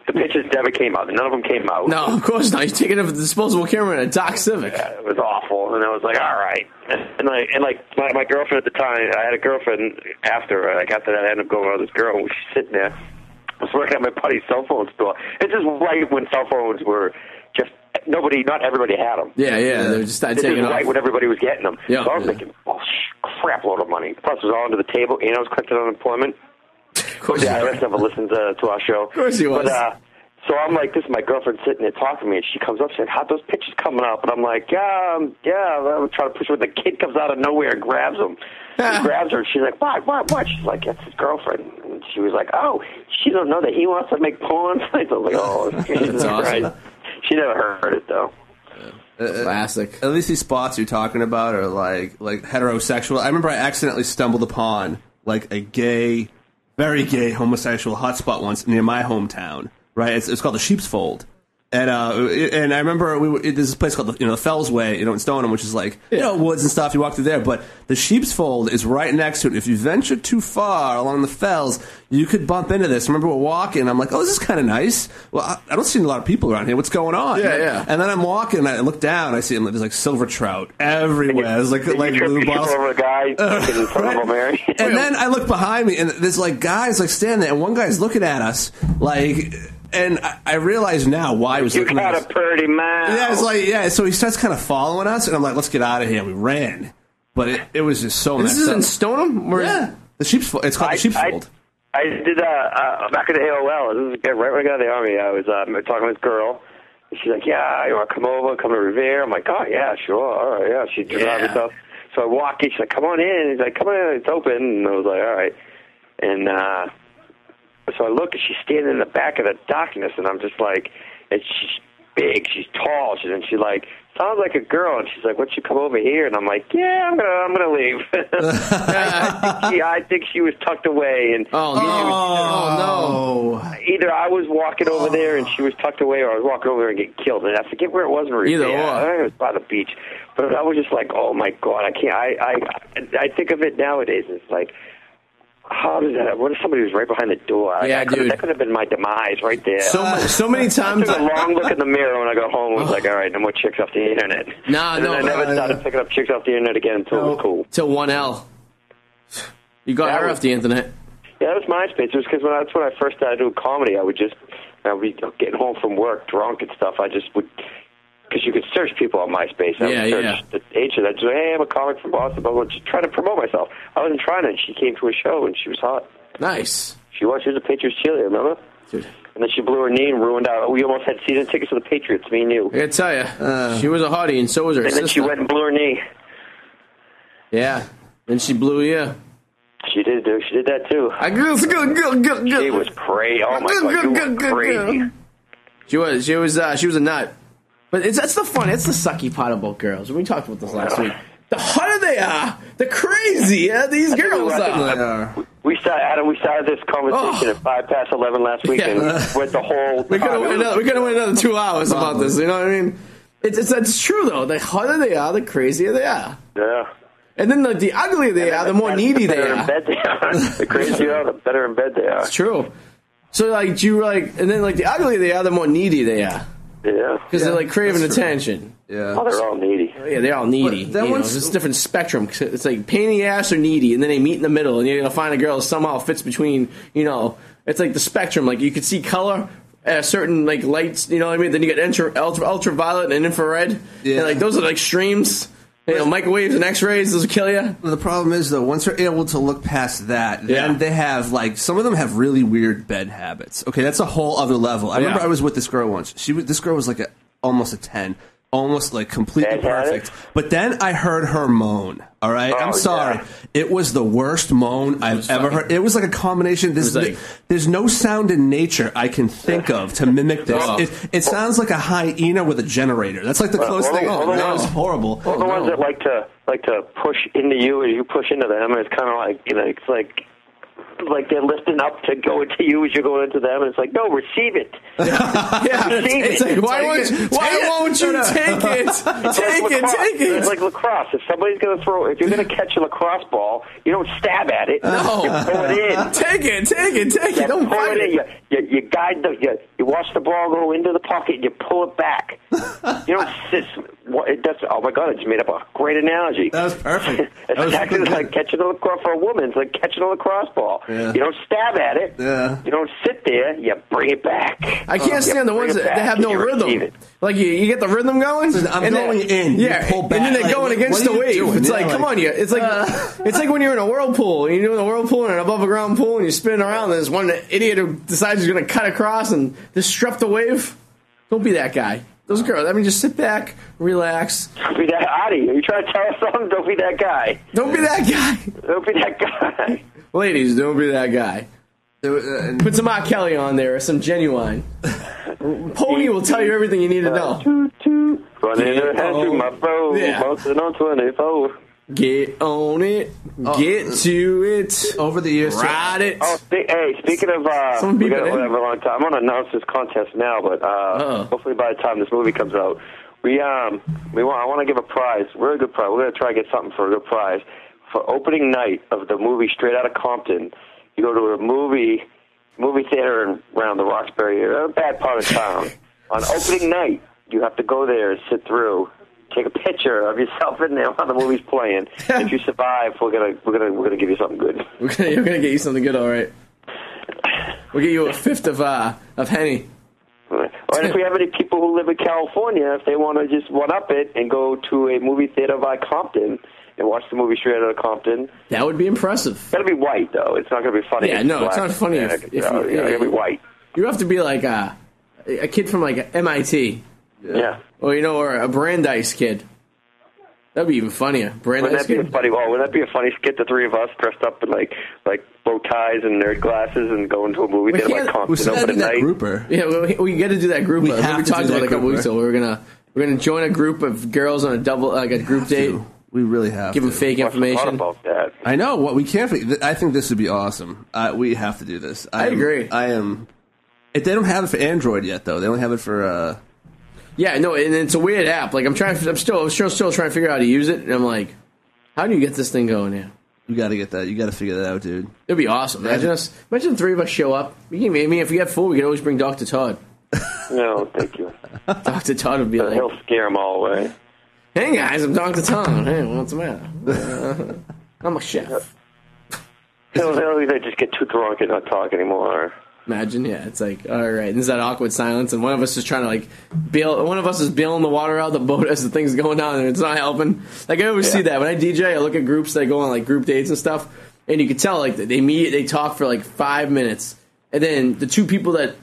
S7: The pictures never came out. None of them came out.
S8: No, of course not. You're taking a disposable camera and a Doc Civic.
S7: Yeah, it was awful, and I was like, all right. And I and like my my girlfriend at the time, I had a girlfriend after like after that, I ended up going out with this girl, and we were sitting there. I was working at my buddy's cell phone store. This is right when cell phones were just nobody, not everybody had them.
S8: Yeah, yeah. They just started
S7: This is
S8: taking
S7: right
S8: off.
S7: when everybody was getting them.
S8: Yeah,
S7: so I was
S8: yeah.
S7: making a crap load of money. Plus, it was all under the table, and I was collecting unemployment.
S8: Of course.
S7: Yeah, Rex never listens uh, to our show. Of
S8: course he was.
S7: But, uh, so I'm like, this is my girlfriend sitting there talking to me, and she comes up saying, "How those pictures coming up?" And I'm like, "Yeah, um, yeah." I'm trying to push her. The kid comes out of nowhere and grabs him. He grabs her. and She's like, "What? What? What?" She's like, "That's his girlfriend." And she was like, "Oh, she don't know that he wants to make porn." I was like, "Oh, Jesus
S8: awesome.
S7: Christ." She never heard it though.
S8: Classic.
S9: At least these spots you're talking about are like like heterosexual. I remember I accidentally stumbled upon like a gay, very gay homosexual hotspot once near my hometown. Right, it's, it's called the Sheep's Fold, and uh, it- and I remember we were, it, there's this place called the, you know the Fells Way, you know in Stoneham, which is like you know woods and stuff. You walk through there, but the Sheep's Fold is right next to it. If you venture too far along the fells, you could bump into this. I remember we're walking, I'm like, oh, this is kind of nice. Well, I, I don't see a lot of people around here. What's going on?
S8: Yeah, yeah.
S9: And then I'm walking, and I look down, and I see them. There's like silver trout everywhere. There's like
S7: Did
S9: like
S7: you trip,
S9: blue
S7: you trip
S9: balls.
S7: over a guy in front of
S9: Right?
S7: a Mary.
S9: and then I look behind me, and there's like guys like standing there, and one guy's looking at us, like, and I, I realize now why he was
S7: you
S9: looking at
S7: got
S9: us.
S7: a pretty mouth.
S9: yeah, it's like yeah. So he starts kind of following us, and I'm like, let's get out of here. We ran, but it, it was just so.
S8: This
S9: messed
S8: is
S9: up.
S8: in Stoneham? Where-
S9: Yeah, the sheep's. Fold. It's called the sheep's fold.
S7: I, I did uh, uh back at the AOL. This is right when I got out of the army. I was uh, talking to this girl. And she's like, "Yeah, you want to come over, come to Revere?" I'm like, "Oh yeah, sure, all right, yeah." She's driving
S9: Yeah.
S7: stuff. So I walk in. She's like, "Come on in." He's like, "Come on in, it's open." And I was like, "All right." And uh so I look, and she's standing in the back of the darkness, and I'm just like, and she's big, she's tall, she's and she like sounds like a girl, and she's like, "Why don't you come over here?" And I'm like, "Yeah, I'm gonna, I'm gonna leave." I, think she, I think she was tucked away, and
S8: Oh, no. Oh,
S9: no!
S7: either I was walking over there and she was tucked away, or I was walking over there and get killed. And I forget where it was. In Revere.
S8: Either or.
S7: I think it was by the beach. But I was just like, oh my god, I can't. I I I think of it nowadays. It's like, how does that? What if somebody was right behind the door? Like,
S8: Yeah,
S7: I could've-
S8: dude.
S7: That could have been my demise right there.
S8: So, mu- so many
S7: I
S8: times.
S7: took a long look in the mirror when I got home. I was like, all right, no more chicks off the internet.
S8: Nah,
S7: and then
S8: no,
S7: I never
S8: uh,
S7: started picking up chicks off the internet again until it was cool.
S8: to 1L. You got
S7: That
S8: her
S7: was-
S8: off the internet.
S7: Yeah, that was MySpace. It was because when I, that's when I first started doing comedy, I would just, I would be getting home from work drunk and stuff. I just would, because you could search people on MySpace. I
S8: Yeah,
S7: would search
S8: yeah.
S7: the agent. I'd say, hey, I'm a comic from Boston, blah, blah, blah, just trying to promote myself. I wasn't trying to, and she came to a show, and she was hot.
S8: Nice.
S7: She was, she was a Patriots cheerleader, remember?
S8: Dude.
S7: And then she blew her knee and ruined out. We almost had season tickets to the Patriots, me and you.
S8: I gotta tell you, she was a hottie, and so was her
S7: and
S8: sister.
S7: then she went and blew her knee.
S8: yeah, and she blew you.
S7: She did, do. She did that, too.
S8: I guess, good, good, good,
S7: She was
S8: good.
S7: crazy. Oh, my
S8: Good,
S7: God.
S8: good,
S7: You
S8: good,
S7: were
S8: good,
S7: crazy.
S8: good. She was, she was, uh, she was a nut. But it's that's the fun. It's the sucky part about girls. We talked about this last week. The hotter they are, the crazier these girls
S9: They
S8: are.
S9: are.
S7: We started, Adam, we started this conversation
S8: Oh.
S7: at five past eleven last week, and
S8: Yeah.
S7: we went the whole.
S8: We could have
S7: time.
S8: waited. another- We could have waited another two hours about this. You know what I mean? It's, it's it's true though. The hotter they are, the crazier they are.
S7: Yeah.
S8: And then the, the uglier they are, the more
S7: That's
S8: needy
S7: the
S8: they
S7: better
S8: are.
S7: In bed they are. The crazier, they are, the better in bed they are.
S8: It's true. So like do you like, and then like the uglier they are, the more needy they are
S7: Yeah.
S8: because they're like craving
S9: that's true.
S8: attention.
S7: Oh, they're all needy.
S8: Yeah, they're all needy.
S9: But
S8: That
S9: then
S8: you know,
S9: once-
S8: it's a different spectrum. It's like pain in the ass or needy, and then they meet in the middle, and you're gonna find a girl that somehow fits between. You know, it's like the spectrum. Like you could see color at a certain like lights. You know what I mean? Then you get ultra, ultra ultraviolet and infrared.
S9: Yeah.
S8: And, like those are like streams. You know, microwaves and X-rays. Those will kill you.
S9: Well, the problem is though, once they're able to look past that, then
S8: Yeah.
S9: they have like some of them have really weird bed habits. Okay, that's a whole other level. I remember
S8: Yeah.
S9: I was with this girl once. She was, this girl was like a, almost a ten, almost like completely
S7: Bed habits?
S9: perfect. But then I heard her moan. All right,
S7: Oh,
S9: I'm sorry.
S7: yeah.
S9: It was the worst moan I've ever
S8: fucking-
S9: heard. It was like a combination. This,
S8: It was like-
S9: there's no sound in nature I can think of to mimic this.
S8: Oh.
S9: It, it sounds like a hyena with a generator. That's like the closest
S7: well,
S9: thing.
S7: well,
S9: Oh, that
S7: well,
S9: was horrible.
S7: All the ones that like to like to push into you, and you push into them, and it's kind of like you know, it's like them like they're lifting up to go into you as you're going into them, and it's like, no, receive it.
S8: Yeah,
S7: Receive
S8: it's, it's like,
S7: it.
S8: why
S9: Take it.
S8: won't you, why
S9: Take it.
S8: won't you
S9: No, no.
S8: take it? Take it,
S7: lacrosse.
S8: take it.
S7: It's like lacrosse. If somebody's going to throw, if you're going to catch a lacrosse ball, you don't stab at it.
S8: No.
S7: You throw it in.
S8: Take it, take it, take it.
S7: You
S8: Don't
S7: throw
S8: fight
S7: it in.
S8: it.
S7: You, you, you guide the, you, you watch the ball go into the pocket and you pull it back. you don't sit. What, it, that's, oh my God, I just made up a great analogy.
S9: That was perfect.
S7: It's
S9: That was
S7: exactly
S9: good.
S7: like catching a lacrosse for a woman. It's like catching a lacrosse ball.
S9: Yeah.
S7: You don't stab at it.
S9: Yeah.
S7: You don't sit there. You bring it back.
S8: I
S7: You
S8: can't stand the
S7: Oh, bring
S8: ones that,
S7: it
S8: that
S7: back
S8: have
S7: and
S8: no
S7: you
S8: rhythm.
S7: receive it.
S8: Like you, you get the rhythm going.
S9: I'm
S8: and then-
S9: going in, you
S8: yeah,
S9: pull
S8: and then
S9: back.
S8: they're
S9: Like,
S8: going
S9: what-
S8: against
S9: what are
S8: the
S9: you
S8: wave.
S9: doing?
S8: It's
S9: Yeah,
S8: like, come
S9: like-
S8: on, you. It's like it's like when you're in a whirlpool. and You're doing a whirlpool and an above a ground pool, and you're spinning around. And there's one idiot who decides he's going to cut across and disrupt the wave. Don't be that guy. Those girls. I mean, just sit back, relax.
S7: Don't be that Adi. Are you trying to tell us something? Don't be that guy.
S8: Don't be that guy.
S7: Don't be that guy.
S8: Ladies, don't be that guy.
S9: There was- uh, and-
S8: Put some R. Kelly on there or some genuine. Pony will tell you everything you need to
S7: Uh,
S8: know.
S7: Toot, toot. Running her hand through my phone.
S8: Yeah.
S7: Bouncing on 24.
S8: Get on it. Get to it.
S9: over the years,
S8: Ride it.
S7: Oh, spe- hey, speaking of, uh,
S8: Someone
S7: we
S8: beep
S7: got
S8: it in.
S7: whatever long time. I'm gonna announce this contest now, but uh,
S8: Uh-oh.
S7: hopefully by the time this movie comes out, we um we want I want to give a prize, really good prize. We're gonna try to get something for a good prize for opening night of the movie Straight Outta Compton. You go to a movie movie theater in, around the Roxbury area, a bad part of town. On opening night, you have to go there and sit through. Take a picture of yourself in there while the movie's playing. if you survive, we're gonna we're gonna we're gonna give you something good.
S8: We're gonna, we're gonna get you something good, all right. We'll get you a fifth of uh of henny.
S7: Or if we have any people who live in California, if they want to just one up it and go to a movie theater by Compton and watch the movie straight out of Compton,
S8: That would be impressive.
S7: gotta be white though. It's not gonna be funny.
S8: Yeah,
S7: if
S8: no, it's
S7: black.
S8: not funny
S7: Yeah,
S8: if- if you-
S7: yeah, yeah,
S8: yeah.
S7: gotta be white.
S8: You have to be like a a kid from like MIT,
S7: Yeah,
S8: or you know, or a Brandeis kid. That'd be even funnier.
S7: wouldn't
S8: Brandeis
S7: that be a
S8: kid.
S7: funny? Well, wouldn't that be a funny skit? The three of us dressed up in like like bow ties and nerd glasses and going to a movie
S8: We
S7: theater
S8: can't-
S7: by
S9: we
S7: Compton
S9: still
S7: open
S9: did
S7: at
S9: that
S7: night.
S9: grouper.
S8: Yeah, we, we got to do that group.
S9: We
S8: uh,
S9: have to
S8: talked
S9: do
S8: about
S9: that
S8: it a couple
S9: group,
S8: weeks ago. We're gonna we're gonna join a group of girls on a double like a group date.
S9: Dude, we really have
S8: Give them
S9: to.
S8: fake
S7: I forgot
S8: information.
S7: about that.
S9: I know what we can't. fi- I think this would be awesome. Uh, we have to do this.
S8: I
S9: am-
S8: agree.
S9: I am. If they don't have it for Android yet, though, they only have it for. Uh,
S8: Yeah, no, and it's a weird app. Like I'm trying, I'm still, I'm still, still trying to figure out how to use it. And I'm like, how do you get this thing going here?
S9: you got to get that. You got to figure that out, dude.
S8: It'd be awesome. Imagine us. Imagine the three of us show up. We can, I mean, if we get full, we could always bring Doctor Todd.
S7: No, thank you.
S8: Doctor Todd would be like,
S7: He'll scare them all away.
S8: "Hey guys, I'm Doctor Todd. Hey, what's the matter? Uh, I'm a chef."
S7: He'll, he'll either just get too drunk and not talk anymore. Or,
S8: Imagine, yeah, it's like, all right, and there's that awkward silence, and one of us is trying to like bail, one of us is bailing the water out of the boat as the thing's going down, and it's not helping. Like I always
S7: Yeah.
S8: see that when I DJ, I look at groups that go on like group dates and stuff, and you can tell like they meet, they talk for like five minutes, and then the two people that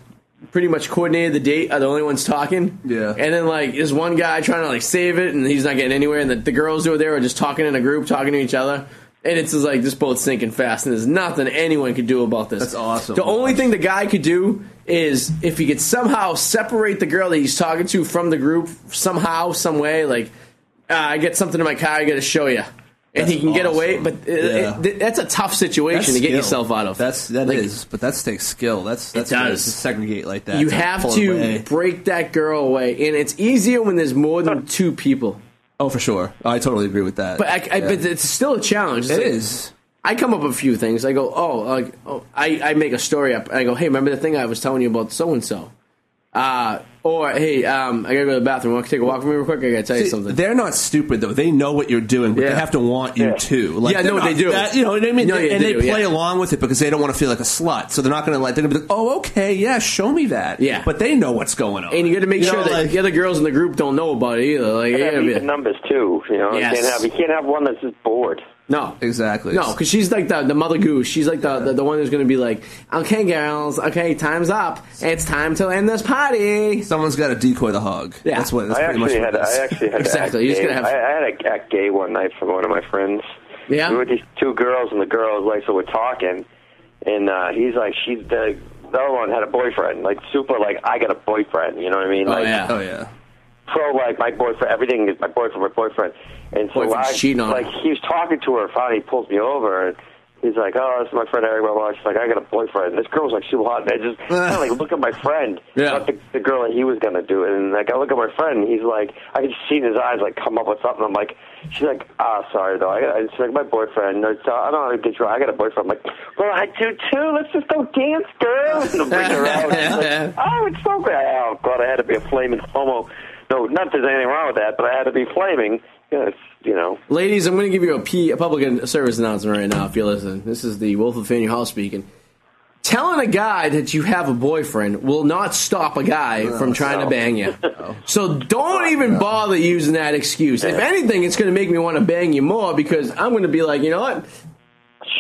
S8: pretty much coordinated the date are the only ones talking.
S9: Yeah.
S8: and then like there's one guy trying to like save it, and he's not getting anywhere, and the, the girls who are there are just talking in a group, talking to each other. And it's just like this boat's sinking fast, and there's nothing anyone could do about this.
S9: That's awesome.
S8: The only thing the guy could do is if he could somehow separate the girl that he's talking to from the group somehow, some way. Like, uh, I get something in my car, I got to show you, and he
S9: That's
S8: can get away.
S9: awesome.
S8: But it,
S9: Yeah.
S8: it, that's a tough situation to get
S9: skill.
S8: yourself out of.
S9: That's that is,
S8: Like,
S9: but that's takes skill. That's that's
S8: does.
S9: to segregate like that.
S8: You
S9: to
S8: have
S9: pull
S8: to
S9: away.
S8: break that girl away, and it's easier when there's more than two people.
S9: Oh, for sure. I totally agree with that.
S8: But I, I,
S9: Yeah.
S8: but it's still a challenge. It's
S9: it
S8: like-
S9: is.
S8: I come up with a few things. I go, oh, like, oh I, I make a story up. I go, hey, remember the thing I was telling you about so and so? Uh, or hey, um, I gotta go to the bathroom. Want to take a walk with me real quick? I gotta tell you
S9: See,
S8: something.
S9: They're not stupid though. They know what you're doing, but
S8: Yeah.
S9: they have to want you
S7: Yeah.
S9: to. Like,
S8: Yeah,
S9: they're
S8: no,
S9: not
S8: they do.
S9: That, you know what I mean?
S8: No, yeah,
S9: and
S8: they
S9: they,
S8: do,
S9: play
S8: yeah.
S9: along with it because they don't want to feel like a slut. So they're not going to like. They're going to be like, "Oh, okay, yeah, show me that."
S8: Yeah.
S9: but they know what's going on.
S8: and you gotta make
S9: know,
S8: sure that
S9: like-
S8: the other girls in the group don't know about it either. Like,
S7: Yeah,
S8: yeah,
S7: even numbers too. You know,
S8: Yes.
S7: you can't have you can't have one that's just bored.
S8: no,
S9: Exactly.
S8: no, because she's like the, the mother goose. She's like the, the the one who's gonna be like, okay, girls, okay, time's up. It's time to end this party.
S9: Someone's got to decoy the hog.
S8: Yeah.
S9: that's what. That's
S7: I
S9: pretty much
S7: actually
S9: what
S7: had
S9: it is.
S7: I actually had to
S8: Exactly,
S7: act
S8: you're just
S7: gay.
S8: gonna have-
S7: I, I had to act gay one night from one of my friends.
S8: Yeah?
S7: we were these two girls, and the girls like so we're talking, and uh, he's like she's the the other one had a boyfriend, like super like I got a boyfriend. You know what I mean? like
S8: yeah.
S9: Oh yeah.
S7: pro like my boyfriend. Everything is my boyfriend, my boyfriend. And so
S8: Boyfriend's
S7: I
S8: cheating on
S7: like
S8: her.
S7: he was talking to her. Finally, he pulls me over and He's like, oh, this is my friend Eric Barbara. She's like, I got a boyfriend. This girl's like, she hot. And I just kind of like look at my friend,
S9: Yeah.
S7: not the, the girl that he was gonna do it. And like, I look at my friend. And he's like, I can see in his eyes like come up with something. I'm like, she's like, ah, sorry though. I, got- I she's like my boyfriend. No, so I don't know how to get you. out. I got a boyfriend. I'm like, well, I do too. Let's just go dance, girl. And I'll bring her out. She's like, oh, it's so great. Oh God, I had to be a flaming homo. No, not that there's anything wrong with that, but I had to be flaming. Yeah, it's you know.
S8: Ladies, I'm going to give you a, P, a public service announcement right now if you listen. This is the Wolf of Fanny Hall speaking. Telling a guy that you have a boyfriend will not stop a guy from trying to bang you. So don't even bother using that excuse. If anything, it's going to make me want to bang you more because I'm going to be like, you know what?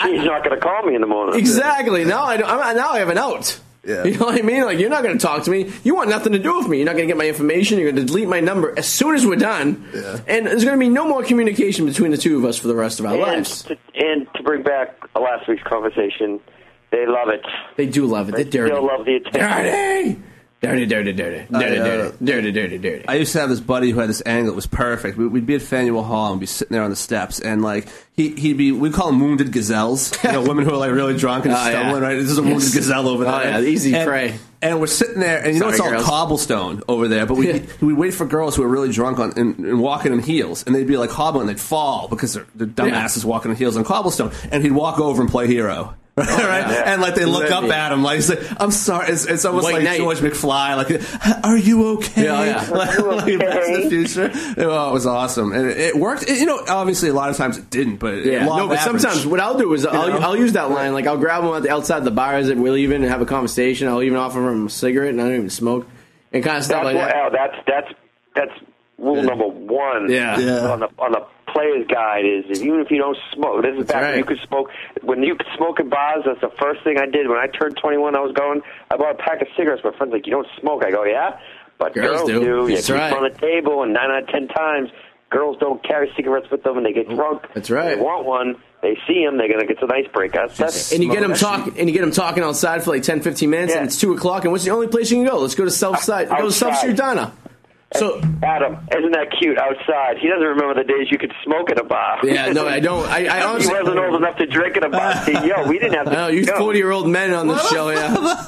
S7: She's not going to call me in the morning.
S8: Exactly. Now I, don't- I'm, now I have an out.
S10: Yeah.
S8: You know what I mean? Like, you're not going to talk to me. You want nothing to do with me. You're not going to get my information. You're going to delete my number as soon as we're done.
S10: Yeah.
S8: And there's going to be no more communication between the two of us for the rest of our
S7: And
S8: lives.
S7: to, and to bring back last week's conversation, they love it.
S8: They do love it. They're
S7: They
S8: dirty.
S7: still love the attention.
S8: Dirty! Dirty, dirty, dirty. Dirty,
S10: I, uh,
S8: dirty, dirty, dirty, dirty.
S9: I used to have this buddy who had this angle. It was perfect. We- We'd be at Faneuil Hall and be sitting there on the steps, and like he, he'd be. We call them wounded gazelles. You know, women who are like really drunk and
S8: Oh, yeah.
S9: stumbling. Right, this is a wounded
S8: Yes.
S9: gazelle over
S8: Oh,
S9: there.
S8: yeah, easy
S9: and,
S8: prey.
S9: And we're sitting there, and you know
S8: Sorry,
S9: it's all
S8: girls.
S9: cobblestone over there. But
S8: Yeah.
S9: we we wait for girls who are really drunk on and, and walking in heels, and they'd be like hobbling, they'd fall because they're, they're
S8: Yeah.
S9: dumbasses walking in heels on cobblestone. And he'd walk over and play hero. Right,
S8: Oh, yeah.
S9: and like they look
S8: Let
S9: up
S8: me-
S9: at him, like he's like, "I'm sorry." It's, it's almost
S8: White
S9: like
S8: Knight.
S9: George McFly, like, "Are you okay?"
S8: Yeah, yeah.
S9: like, Oh, like Back to the
S7: Okay.
S9: Future. Oh, it was awesome, and it, it worked. It- you know, obviously, a lot of times it didn't, but it-
S8: Yeah,
S9: long
S8: no, but
S9: average.
S8: sometimes what I'll do is I'll,
S9: know?
S8: I'll use that line. Like, I'll grab them at the, outside the bar as it will even and have a conversation. I'll even offer them a cigarette and I don't even smoke and kind of stuff like
S7: That's
S8: that.
S7: what, oh, that's that's that's rule number one.
S8: Yeah. Yeah.
S7: On the on the player's guide is is even if you don't smoke. This is back
S8: right.
S7: when you could smoke. When you could smoke in bars, that's the first thing I did when I turned 21. I was going. I bought a pack of cigarettes. My friends like, you don't smoke. I go, yeah, but
S8: Girls
S7: girls,
S8: do.
S7: You
S8: That's
S7: keep
S8: right.
S7: on the table, and nine out of ten times, girls don't carry cigarettes with them, and they get drunk.
S8: Mm. that's right.
S7: They want one. They see them. They're gonna get some icebreaker. That's, that's
S8: and you get them
S7: that's-
S8: talking and you get them talking outside for like 10 15 minutes
S7: Yeah.
S8: and it's 2 o'clock and what's the only place you can go let's go to south side go to south
S7: Outside.
S8: Donna. so
S7: Adam, isn't that cute outside? He doesn't remember the days you could smoke at a bar.
S8: yeah no i don't i, I
S7: he
S8: honestly
S7: wasn't old enough to drink at a bar. See, yo, we didn't have
S8: I
S7: to.
S8: know, you
S7: go.
S8: 40 year old men on this show yeah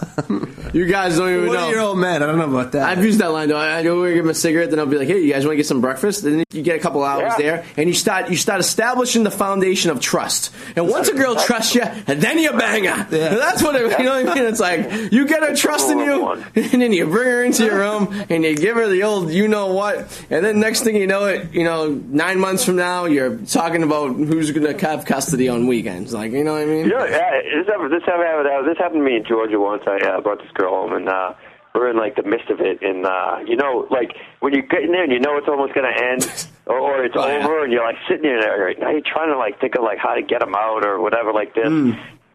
S8: you guys don't even
S9: What
S8: know
S9: year old man? I don't know about that.
S8: I've used that line though. I I go give him a cigarette, then I'll be like, "Hey, you guys want to get some breakfast?" And then you get a couple hours
S7: Yeah.
S8: there, and you start you start establishing the foundation of trust. And once a girl trusts you, and then you bang her. That's what it, you know. What I mean, it's like you get her trusting you,
S7: Number one.
S8: and then you bring her into your room, and you give her the old you know what, and then next thing you know it, you know, nine months from now, you're talking about who's going to have custody on weekends. Like you know what I mean?
S7: You know, yeah, this ever this ever happened. uh, This happened to me in Georgia once. I uh, brought this girl home, and uh, we were in like the midst of it. And uh, you know, like when you get in there and you know it's almost going to end, or, or it's
S8: Oh, yeah.
S7: over, and you're like sitting there, and now you're trying to like think of like how to get them out or whatever like this.
S8: Hmm.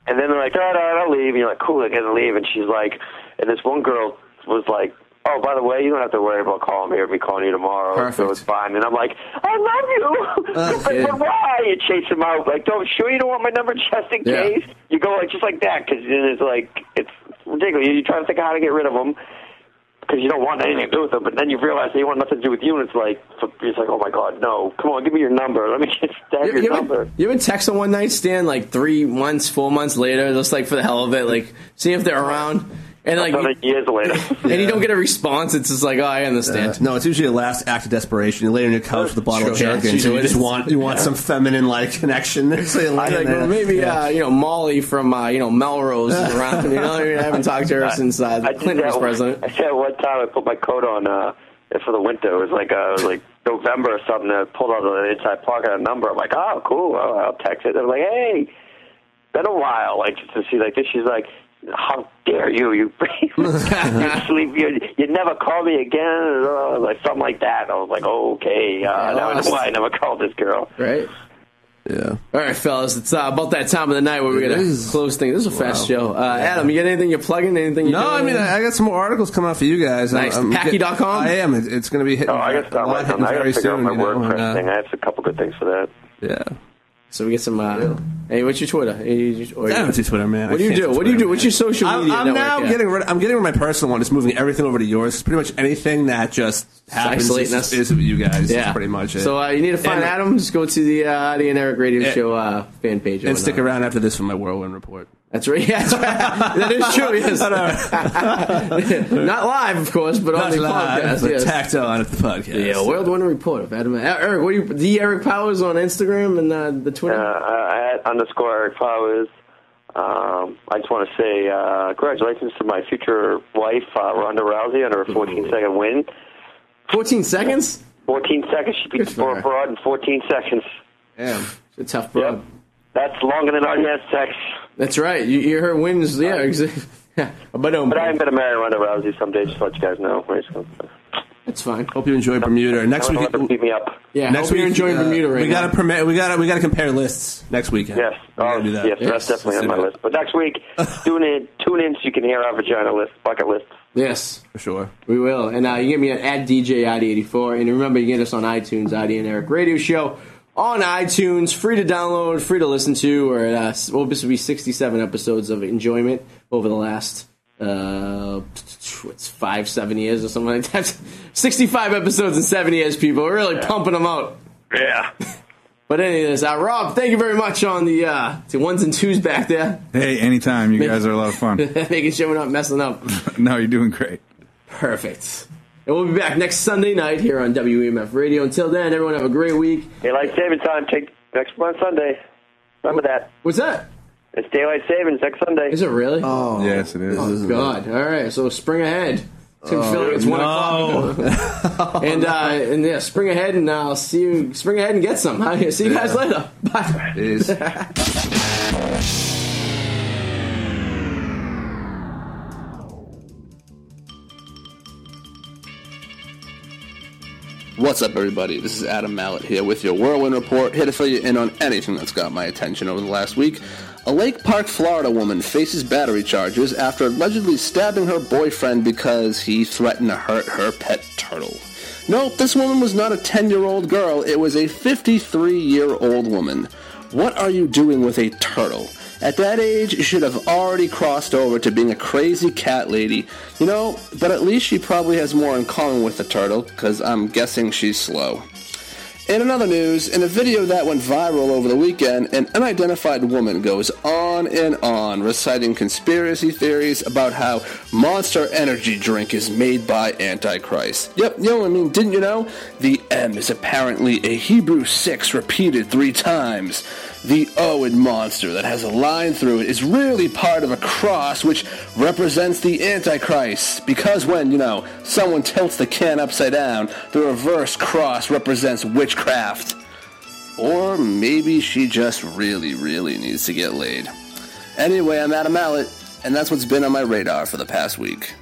S7: And then they're like, "Oh, all right, all right, I'll leave. And you're like, cool, I gotta leave. And she's like, and this one girl was like. Oh, by the way, you don't have to worry about calling me or me calling you tomorrow.
S8: Perfect.
S7: So it's fine. And I'm like, I love you.
S8: Uh,
S7: but,
S8: yeah.
S7: but why? You chase him out. Like, don't, sure you don't want my number just in
S8: Yeah.
S7: case? You go like just like that because then it's like it's ridiculous. You're trying to think of how to get rid of them because you don't want anything to do with them, but then you realize they want nothing to do with you, and it's like it's like oh my god, no, come on, give me your number. Let me just have
S8: You,
S7: your
S8: you,
S7: number.
S8: ever, you ever text a one night stand like three months, four months later, just like for the hell of it, like see if they're around, and like,
S7: Another
S8: you,
S7: years later.
S8: and you don't get a response. It's just like, oh, I understand.
S9: no, it's usually a last act of desperation. You lay on your couch with a bottle of
S8: Sure, yeah,
S9: jerkin,
S8: it's
S9: so
S8: usually
S9: you just
S8: it is.
S9: want you want some feminine like connection. So you lay
S8: Like,
S9: in there.
S8: well, maybe uh, you know Molly from uh, you know Melrose is around. You know, I, mean, I haven't talked to her since uh,
S7: I did
S8: Clinton was
S7: that one-
S8: president.
S7: I said one time I put my coat on uh, for the winter. It was like uh, it was like November or something. I pulled out of the inside pocket a number. I'm like, oh, cool. I'll, I'll text it. I'm like, hey, been a while. Like just to see like this. She's like, how dare you? You you sleep. You, you never call me again. Uh, like something like that. I was like, okay. Uh, now I know why I never called this girl.
S8: Right.
S9: Yeah.
S8: All right, fellas, it's uh, about that time of the night where we're
S9: It
S8: gonna
S9: is.
S8: close things. This is a fast show. Uh, Adam, you got anything you're plugging? Anything? You're
S9: No, I
S8: doing?
S9: mean I I got some more articles coming out for you guys. I'm-
S8: Nice.
S9: I'm get-
S8: Packy.com?
S9: I am. It- It's going to be hitting.
S7: Oh, I got to
S9: a
S7: stop
S9: lot
S7: right
S9: hitting
S7: now. I got to
S9: very
S7: figure out
S9: soon,
S7: my
S9: you know, uh,
S7: WordPress
S9: and, uh,
S7: thing. I have a couple good things for that.
S9: Yeah.
S8: So we get some. Uh, hey, what's your Twitter? Hey, you- or-
S9: I don't do Twitter, man. I
S8: What do you
S9: can't
S8: do? What do you
S9: Twitter,
S8: do? What's your
S9: man.
S8: social
S9: I'm,
S8: media?
S9: I'm
S8: network
S9: now
S8: at?
S9: getting rid. I'm getting rid of my personal one. It's moving everything over to yours. It's pretty much anything that just happens is,
S8: isolating us.
S9: is with you guys.
S8: Yeah,
S9: That's pretty much it.
S8: So uh, you need to find
S9: And-
S8: Adam. Just go to the uh, the and Eric Radio
S9: Yeah.
S8: Show uh, fan page or
S9: and stick
S8: whatnot.
S9: around after this for my whirlwind report.
S8: That's right. Yeah, that's right. that is true. Yes. Not live, of course, but on
S9: Not
S8: the
S9: live,
S8: podcast.
S9: but
S8: yes.
S9: tacked on at the podcast.
S8: yeah, World Winter Report of Adam uh, Eric. What do you the Eric Powers on Instagram and uh, the
S7: Uh,
S8: Twitter?
S7: uh, at underscore Eric Powers. Um, I just want to say uh, congratulations to my future wife, uh, Ronda Rousey, on her 14 second win.
S8: Fourteen seconds.
S7: 14 seconds. She beat
S8: Good for
S7: Sport
S8: her.
S7: Broad in 14 seconds.
S9: Damn.
S8: It's a tough bro.
S7: Yep. That's longer than I had sex.
S8: That's right. You, you her wins. Yeah, exactly. but no,
S7: But I am going to marry Ronda Rousey someday, just to let you guys know. We're just gonna-
S8: that's fine.
S9: Hope you enjoy Bermuda. Next
S7: Don't
S9: week,
S7: let them beat me up.
S8: Yeah,
S9: next
S8: hope
S9: week
S8: you're enjoying
S9: uh,
S8: Bermuda right
S9: we gotta
S8: now.
S9: permit. We gotta we gotta compare lists next weekend.
S7: Yes.
S9: we
S7: Oh,
S9: gotta do that.
S7: yes, that's definitely on my list. But next week, tune in, tune in so you can hear our vagina list, bucket list.
S8: yes,
S9: for sure.
S8: we will. And uh, you get me at, at DJ ID84, and remember you get us on iTunes, ID and Eric Radio Show on iTunes, free to download, free to listen to. Or uh, s- well, this will be 67 episodes of enjoyment over the last uh, what's five, seven years or something like that. 65 episodes in seven years, people. We're really pumping them out.
S7: Yeah.
S8: But anyways, uh, Rob, thank you very much on the uh, the ones and twos back there,
S10: Hey, anytime. You guys are a lot of fun.
S8: making sure we're not messing up.
S10: no, you're doing great.
S8: Perfect. And we'll be back next Sunday night here on WEMF Radio. Until then, everyone have a great week.
S7: Daylight saving time. Take next month Sunday. Remember that.
S8: What's that?
S7: It's daylight savings next Sunday.
S8: Is it really? Oh
S10: yes, it is.
S8: God! All right, so spring ahead. It's gonna feel like it's one o'clock. and uh, and yeah, spring ahead, and I'll see you. Spring ahead and get some. See you guys later. Bye.
S9: Is What's up, everybody? This is Adam Mallet here with your Whirlwind Report, here to fill you in on anything that's got my attention over the last week. A Lake Park, Florida woman faces battery charges after allegedly stabbing her boyfriend because he threatened to hurt her pet turtle. No, this woman was not a 10 year old girl, it was a 53 year old woman. What are you doing with a turtle? At that age, you should have already crossed over to being a crazy cat lady. You know, but at least she probably has more in common with the turtle, because I'm guessing she's slow. In another news, in a video that went viral over the weekend, an unidentified woman goes on and on reciting conspiracy theories about how Monster Energy drink is made by Antichrist. Yep, you know what I mean, didn't you know? The M is apparently a Hebrew 6 repeated three times. The O in Monster that has a line through it is really part of a cross which represents the Antichrist. Because when, you know, someone tilts the can upside down, the reverse cross represents witchcraft. Or maybe she just really, really needs to get laid. Anyway, I'm Adam Mallet, and that's what's been on my radar for the past week.